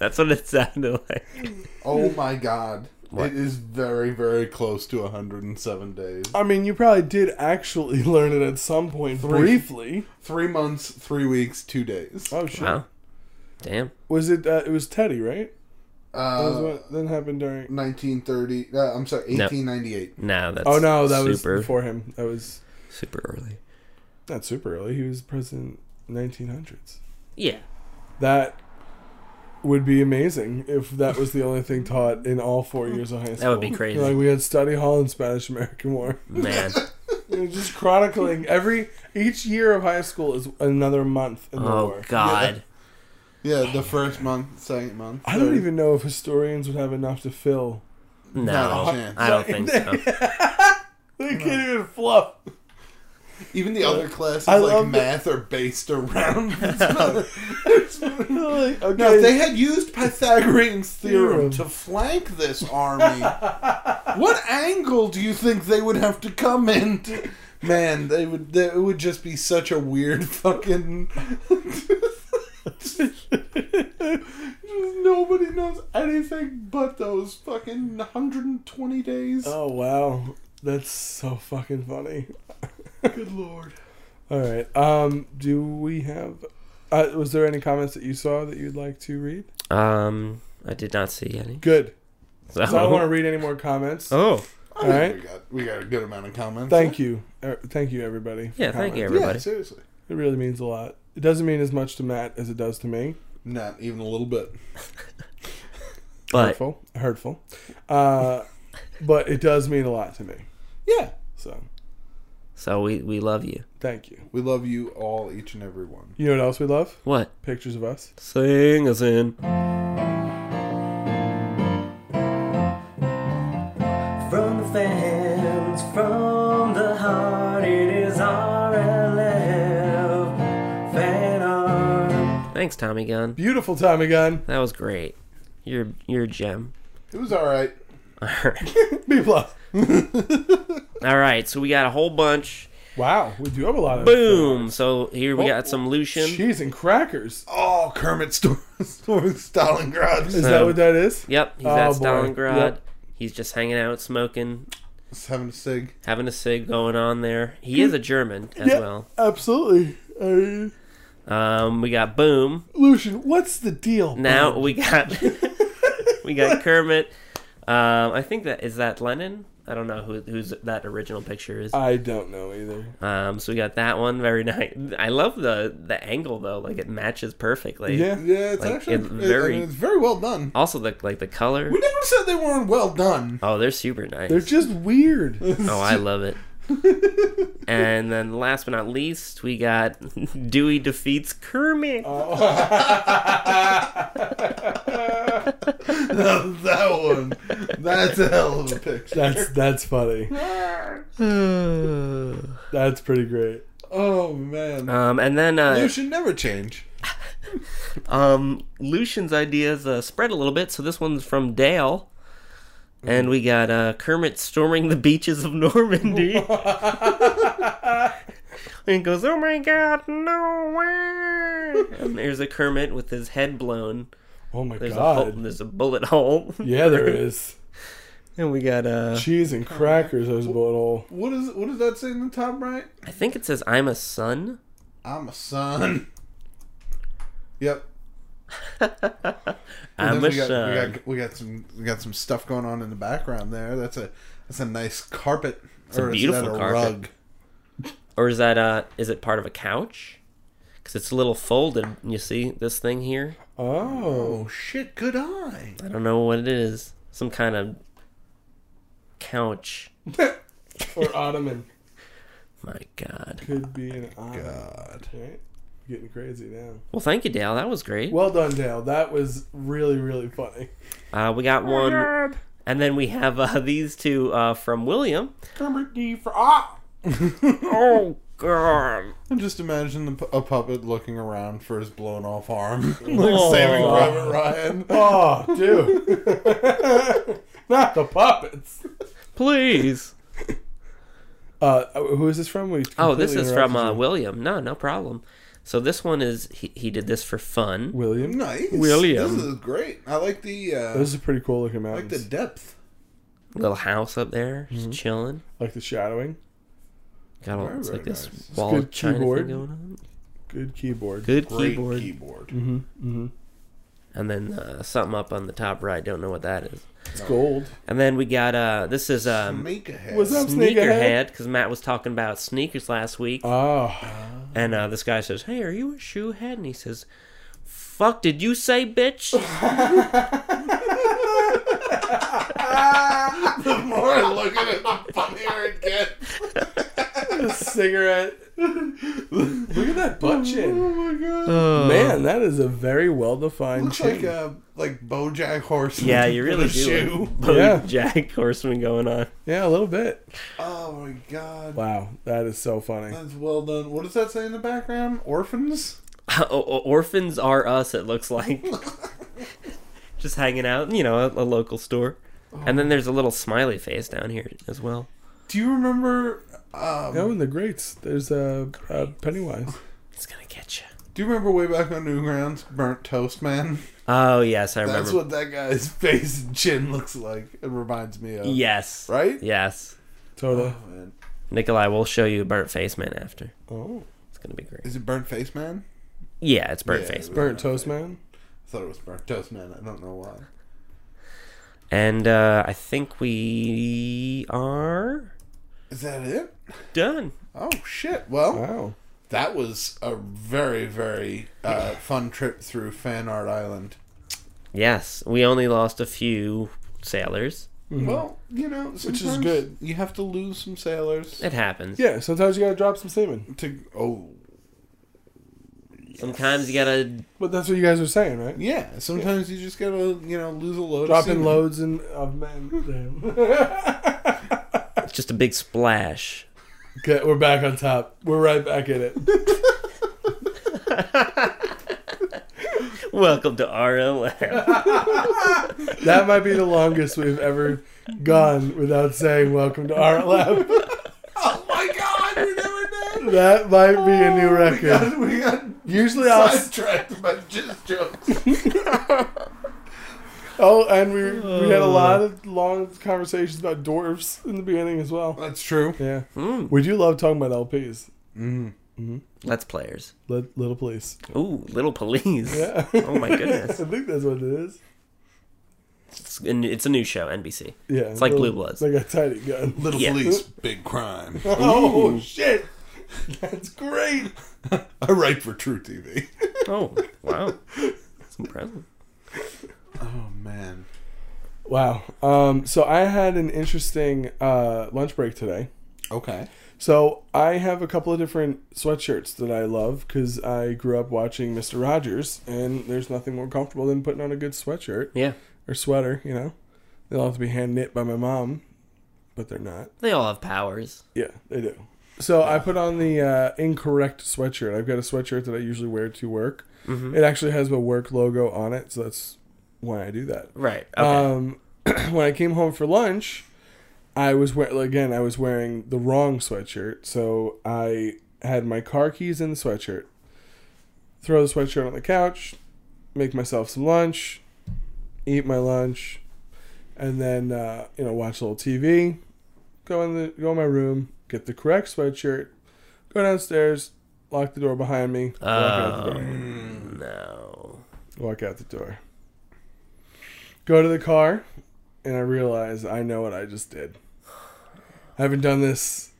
B: That's what it sounded like.
D: Oh my god.
B: What?
D: It is very, very close to 107 days.
C: I mean, you probably did actually learn it at some point briefly.
D: Three months, three weeks, two days.
C: Oh shit!
B: Wow. Damn.
C: Was it? Uh, it was Teddy, right? That was
D: Uh,
C: what then happened during.
D: 1930. Uh, I'm sorry, 1898.
B: No, that's
C: Oh no, that was
B: super,
C: before him. That was
B: super early.
C: not super early. He was president nineteen hundreds.
B: Yeah.
C: That would be amazing if that was the only thing taught in all four years of high school.
B: That would be crazy.
C: Like we had study hall and Spanish American War.
B: Man.
C: It was just chronicling every each year of high school is another month in the
B: Oh
C: war.
B: god.
D: Yeah, the first month, second month.
C: I don't
D: third.
C: even know if historians would have enough to fill.
B: No.
D: Not a chance.
B: I don't think so.
C: They can't even fluff.
D: Even the other classes
C: I
D: like
C: love that-
D: math are based around.
C: Really? Okay.
D: now, if they had used Pythagorean's theorem
C: Theorem.
D: to flank this army, what angle do you think they would have to come in? To... Man, they would. They, it would just be such a weird fucking. Nobody knows anything but those fucking 120 days.
C: oh wow, that's so fucking funny.
D: Good lord.
C: All right. Um, do we have? Uh, was there any comments that you saw that you'd like to read?
B: Um I did not see any.
C: Good.
B: So,
C: 'Cause I don't want to read any more comments.
B: Oh.
D: I think
C: right.
D: We got, we got a good amount of comments.
C: Thank you. Er, Thank you, everybody. for
B: Yeah, thank you
C: comments.
B: everybody.
D: Yeah, seriously.
C: It really means a lot. It doesn't mean as much to Matt as it does to me.
D: Not even a little bit.
B: But
C: hurtful, hurtful. Uh, but it does mean a lot to me.
D: Yeah.
C: So
B: so we we love you.
C: thank you.
D: We love you all, each and every one.
C: You know what else we love?
B: What?
C: Pictures of us.
B: Sing us in.
A: From the fans, from the heart, it is RLF fan art.
B: Thanks, Tommy Gun.
C: Beautiful Tommy gun.
B: That was great. You're you're a gem.
D: It was all right.
B: Alright.
C: B plus.
B: Alright, so we got a whole bunch.
C: Wow, we do have a lot of
B: Boom. So here we got some
A: Oh,
B: Lucian.
C: cheese and crackers.
D: Oh, Kermit Storm, Storm Stalingrad.
C: Is
B: So-
C: that what that is?
B: Yep, he's
C: Oh,
B: at
C: boy.
B: Stalingrad.
C: Yep.
B: He's just hanging out, smoking,
D: Just having a sig.
B: having a cig going on there. He is a German as
C: Yeah.
B: well.
C: Absolutely. Uh,
B: Um, we got Boom.
C: Lucian, what's the deal?
B: Now we got we got Kermit. Um, I think that is that Lennon. I don't know who who's that original picture is.
C: I don't know either.
B: Um, so we got that one. Very nice. I love the the angle though. Like it matches perfectly.
C: Yeah.
D: Yeah, it's
B: Like,
D: actually
B: it's
D: it- I
B: very-
D: mean, it's very well done.
B: Also the like the color.
D: We never said they weren't well done.
B: Oh, they're super nice.
C: They're just weird.
B: Oh, I love it. and then last but not least, we got Dewey defeats Kermit.
C: Uh,
D: that one. That's a hell of a picture.
C: That's that's funny. That's pretty great.
D: Oh man.
B: um, and then
D: you
B: uh,
D: should never change.
B: um, Lucian's ideas uh, spread a little bit. So this one's from Dale. And we got uh, Kermit storming the beaches of Normandy. and goes, Oh my god, no way! And there's a Kermit with his head blown.
C: Oh my
B: There's, a, hole,
C: god.
B: there's a bullet hole.
C: Yeah, there is.
B: And we got, uh,
C: Cheese and crackers, those butthole.
D: What is what does that say in the top right?
B: I think it says, I'm a son.
D: I'm a son. Yep. And
B: I'm
D: then
B: a
D: we got,
B: son.
D: We got we got some we got some stuff going on in the background there. That's a that's a nice carpet. It's
B: a beautiful carpet. or is that uh is it part of a couch because it's a little folded you see this thing here
C: Oh.
D: Oh shit! Good eye.
B: i don't know what it is some kind of couch
C: Or ottoman.
B: my god
C: Could be an ottoman.
D: God.
C: Right? Getting crazy now.
B: well thank you dale that was great
C: Well done, Dale. That was really, really funny.
B: uh, we got one, and then we have uh, these two uh, from william
D: Kermit D for ah.
B: oh god
D: And just imagine the, pu- a puppet looking around for his blown off arm, like
B: Aw.
D: saving Robert Ryan.
C: Oh, dude. Not the puppets.
B: please
C: Uh, who is this from? We
B: oh this
C: completely
B: is from uh,
C: interrupted
B: william no no problem So this one is he, he did this for fun.
C: William.
D: Nice.
B: William.
D: This is great. I like the uh,
C: Those are pretty cool looking
D: I like the
C: mountains.
D: depth.
B: Little house up there, just chilling.
C: Like the shadowing.
B: Got all
D: Very,
B: it's
D: very
B: like this
D: nice. It's
B: wall of
C: good
B: China
C: keyboard.
B: thing going on.
C: Good keyboard.
B: Good
D: Great
B: keyboard.
D: keyboard.
C: Mm-hmm. Mm-hmm.
B: and then uh, something up on the top right. Don't know what that is.
C: It's gold.
B: And then we got uh this is um
D: Make a head.
C: Was that- Sneakerhead.
B: sneakerhead because Matt was talking about sneakers last week,
C: Oh.
D: Uh-huh.
B: and uh, this guy says, "Hey, are you a shoe head?" And he says, "Fuck, did you say bitch?"
D: the more I look at it, the funnier it gets.
C: a cigarette. Look at that butt chin. Uh,
D: Oh my god.
B: Uh.
C: Man, that is a very well defined
D: Looks
C: chin.
D: like a like BoJack Horseman.
B: yeah, you really
D: with a
B: do.
D: Shoe.
B: Bo
C: Yeah.
B: Jack Horseman going on.
C: yeah, a little bit.
D: Oh my god.
C: Wow, that is so funny.
D: That's well done. What does that say in the background? Orphans?
B: O- o- orphans are us. It looks like just hanging out, you know, a, a local store. And then there's a little smiley face down here as well.
D: Do you remember? Um,
C: Oh, and the greats. There's a, a Pennywise.
B: It's gonna get you.
D: Do you remember way back on Newgrounds, Burnt Toast Man?
B: Oh yes, I remember.
D: That's what that guy's face and chin looks like. It reminds me of.
B: yes,
D: Right?
B: Yes,
C: Totally.
D: Oh, man.
B: Nikolai. We'll show you Burnt Face Man after.
C: Oh,
B: It's gonna be great.
D: Is it Burnt Face Man?
B: Yeah, it's Burnt
D: Yeah,
B: Face.
D: it was-
C: burnt toast man.
D: I thought it was Burnt Toast Man. I don't know why.
B: And uh, I think we are
D: Is that it?
B: done.
D: Oh, shit. Well,
C: Wow.
D: that was a very, very uh, fun trip through Fan Art Island.
B: Yes, we only lost a few sailors.
D: Well, you know,
C: Mm-hmm. is
D: sometimes
C: good.
D: You have to lose some sailors
B: It happens.
C: Yeah, sometimes you gotta drop some semen.
D: to. Oh,
B: Sometimes you gotta
C: But that's what you guys are saying, right?
D: yeah. Sometimes you just gotta, you know, lose a load. of
C: Dropping
D: semen.
C: loads and of men. Damn.
B: It's just a big splash.
C: Okay, we're back on top. We're right back in it.
B: Welcome to RLM.
C: That might be the longest we've ever gone without saying welcome to Art Lab.
D: Oh my god, we never did.
C: That might be a
B: Oh
C: new
D: We
C: record.
D: got, we got
C: Usually I'll s-
D: sidetracked by just jokes.
C: Oh, and we we had a lot of long conversations about dwarfs in the beginning as well.
D: That's true.
C: Yeah,
B: Mm,
C: we do love talking about LPs.
D: Mm-hmm.
B: Let's players.
C: Li- little police.
B: Ooh, little police.
C: Yeah.
B: Oh my goodness.
C: I think that's what it is.
B: It's, a new- it's a new show, NBC.
C: Yeah,
B: It's like
C: little-
B: Blue Bloods.
C: It's like a tiny gun.
D: Little
B: Yeah.
D: police, big crime.
C: Oh shit, that's great.
D: I write for True TV.
B: Oh wow, it's impressive.
D: Oh man.
C: Wow. Um. So I had an interesting uh, lunch break today.
D: Okay.
C: So I have a couple of different sweatshirts that I love because I grew up watching Mister Rogers, and there's nothing more comfortable than putting on a good sweatshirt.
B: Yeah,
C: or sweater, you know. They'll have to be hand knit by my mom, but they're not.
B: they all have powers.
C: Yeah, they do. So I put on the uh, incorrect sweatshirt. I've got a sweatshirt that I usually wear to work.
B: Mm-hmm.
C: It actually has my work logo on it, so that's why I do that.
B: Right. Okay.
C: Um, when I came home for lunch, I was wearing again. I was wearing the wrong sweatshirt, so I had my car keys in the sweatshirt. Throw the sweatshirt on the couch, make myself some lunch, eat my lunch, and then uh, you know watch a little TV. Go in the go in my room, get the correct sweatshirt, go downstairs, lock the door behind me, Uh, walk out the
B: Oh.
C: door
B: Um, no.
C: walk out the door go to the car and i realize i know what i just did i haven't done this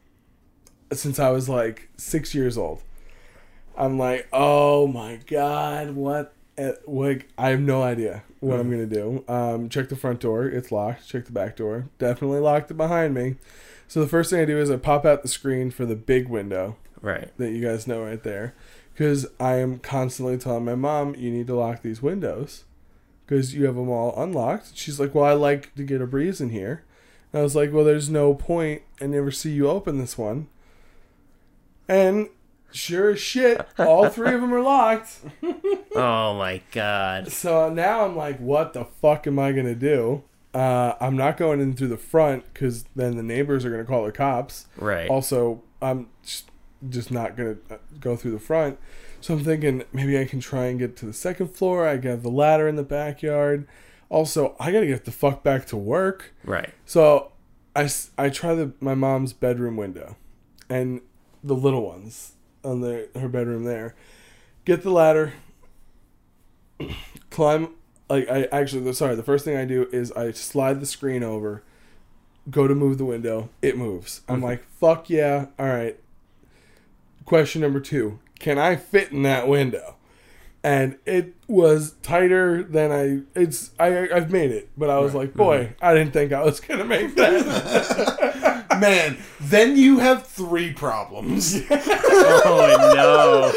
C: since i was like six years old i'm like oh my god what eh, like i have no idea what i'm gonna do um, check the front door it's locked check the back door definitely locked it behind me so the first thing i do is i pop out the screen for the big window
B: Right.
C: that you guys know right there because I am constantly telling my mom you need to lock these windows because you have them all unlocked. She's like, "Well, I like to get a breeze in here." And I was like, "Well, there's no point. I never see you open this one." And sure as shit, all three of them are locked.
B: Oh my god.
C: So now I'm like, "What the fuck am I gonna do?" Uh, I'm not going in through the front because then the neighbors are gonna call the cops.
B: Right.
C: Also, I'm just just not gonna uh, go through the front. So I'm thinking maybe I can try and get to the second floor. I got the ladder in the backyard. Also, I gotta get the fuck back to work.
B: Right.
C: So I, s- I try the my mom's bedroom window and the little ones on the her bedroom there. Get the ladder, climb like I actually sorry, the first thing I do is I slide the screen over, go to move the window, it moves. I'm like, fuck yeah, all right. Question number 2, can I fit in that window? and it was tighter than I. It's I. I've made it, but I was like, boy, I didn't think I was gonna make that.
D: Man, then you have three problems.
B: Oh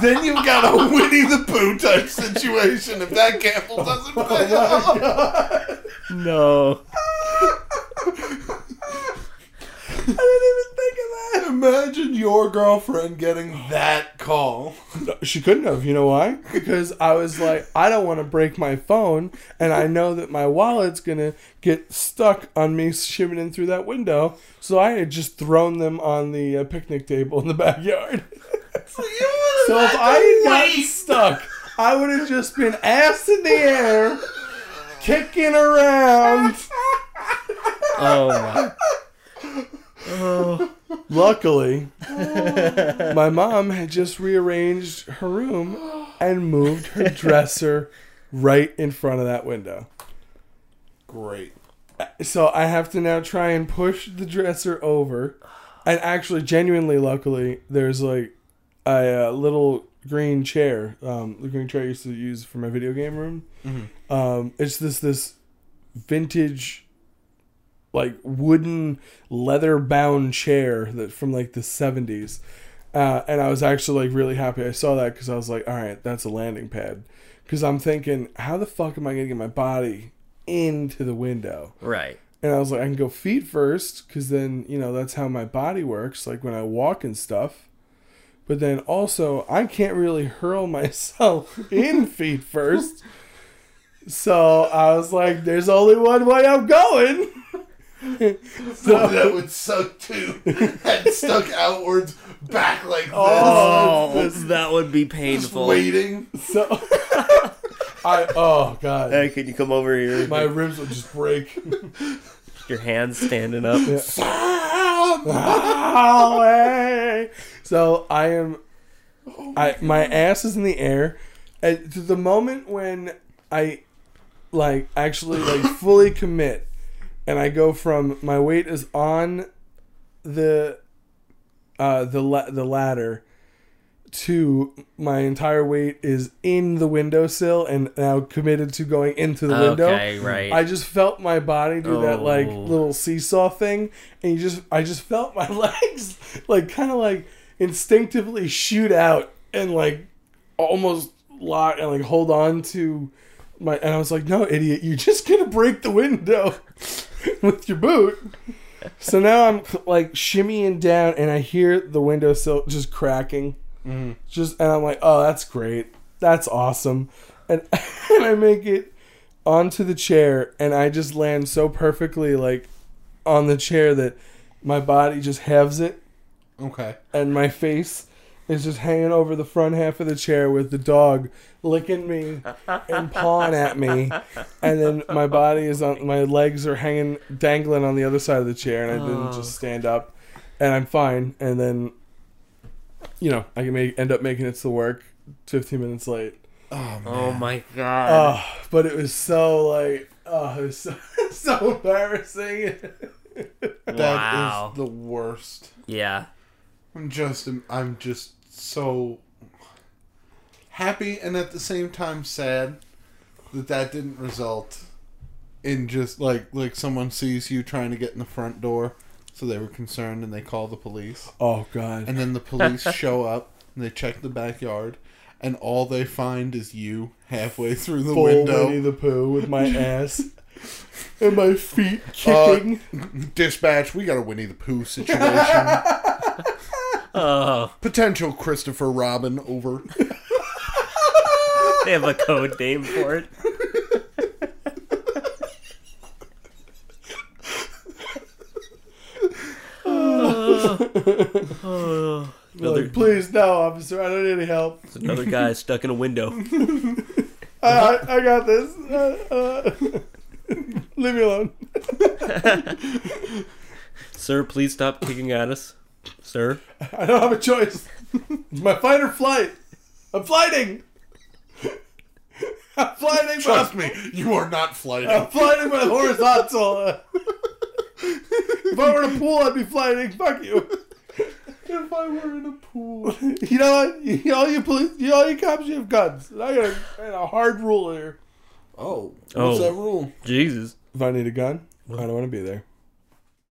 D: then you've got a Winnie the Pooh type situation if that gamble doesn't
C: Oh,
D: play out.
B: no, no.
D: I didn't even think of that. Imagine your girlfriend getting that call.
C: she couldn't have. You know why? Because I was like, I don't want to break my phone, and I know that my wallet's gonna get stuck on me shimming through that window. So I had just thrown them on the uh, picnic table in the backyard.
D: So you would've
C: So if
D: had to
C: I had gotten
D: wait.
C: stuck, I would have just been ass in the air, kicking around.
B: Oh my.
C: Luckily, my mom had just rearranged her room and moved her dresser right in front of that window.
D: Great.
C: So I have to now try and push the dresser over. And actually, genuinely, luckily, there's like a uh, little green chair. Um, the green chair I used to use for my video game room. Um, it's this this vintage, like wooden leather bound chair that from like the seventies. Uh, and I was actually like really happy I saw that because I was like, all right, that's a landing pad. Because I'm thinking, how the fuck am I gonna get my body into the window?
B: Right.
C: And I was like, I can go feet first because then, you know, that's how my body works, like when I walk and stuff. But then also, I can't really hurl myself in feet first. So I was like, there's only one way I'm going.
D: So that would suck too. Had stuck outwards, back like this,
B: Oh, that would be painful.
D: waiting.
C: So I, oh God.
B: Hey, could you come over here?
C: My ribs would just break.
B: Your hands standing up.
C: Hallway. So I am, I my ass is in the air. At to the moment when I, like, actually like fully commit, and I go from my weight is on, the, uh the la- the ladder, to my entire weight is in the windowsill and now committed to going into the window.
B: Okay, right.
C: I just felt my body do that like
B: Oh.
C: little seesaw thing, and you just I just felt my legs like kind of like instinctively shoot out and like almost lock and like hold on to my and I was like, no, idiot, you're just gonna break the window with your boot. So now I'm like shimmying down, and I hear the windowsill just cracking
B: Mm-hmm.
C: just and I'm like, oh, that's great, that's awesome, and and I make it onto the chair, and I just land so perfectly like on the chair that my body just halves it,
D: Okay.
C: and my face is just hanging over the front half of the chair with the dog licking me and pawing at me, and then my body is on my legs are hanging dangling on the other side of the chair, and I didn't just stand up, and I'm fine, and then you know, I can make, end up making it to work 15 minutes late.
B: oh my god.
C: Oh, but it was so like, oh, it was so, so embarrassing.
D: That is
B: wow.
D: the worst.
B: yeah.
D: I'm just I'm just so happy and at the same time sad that that didn't result in just like like someone sees you trying to get in the front door so they were concerned and they call the police
C: Oh god.
D: and then the police show up and they check the backyard and all they find is you halfway through the
C: Full Winnie
D: window
C: the Pooh with my ass and my feet
D: Uh,
C: kicking.
D: dispatch we got a Winnie the Pooh situation
B: Oh,
D: potential Christopher Robin over
B: they have a code name for it. oh, Oh,
C: Like,
B: another,
C: Please, no, officer. I don't need any help.
B: it's another guy stuck in a window.
C: I, I, I got this. Uh, uh, leave me alone.
B: Sir, please stop kicking at us. Sir,
C: I don't have a choice. It's my fight or flight. I'm flighting. I'm flighting.
D: Trust
C: my,
D: me, you are not
C: I'm
D: flighting.
C: flighting my horizontal. if I were in a pool, I'd be flighting. Fuck you.
D: if I were in a pool.
C: You know what? You, all you police, you, all you cops, you have guns. And I got a, I got a hard rule here.
D: Oh, what's
B: Oh.
D: that rule?
B: Jesus.
C: If I need a gun, I don't want to be there.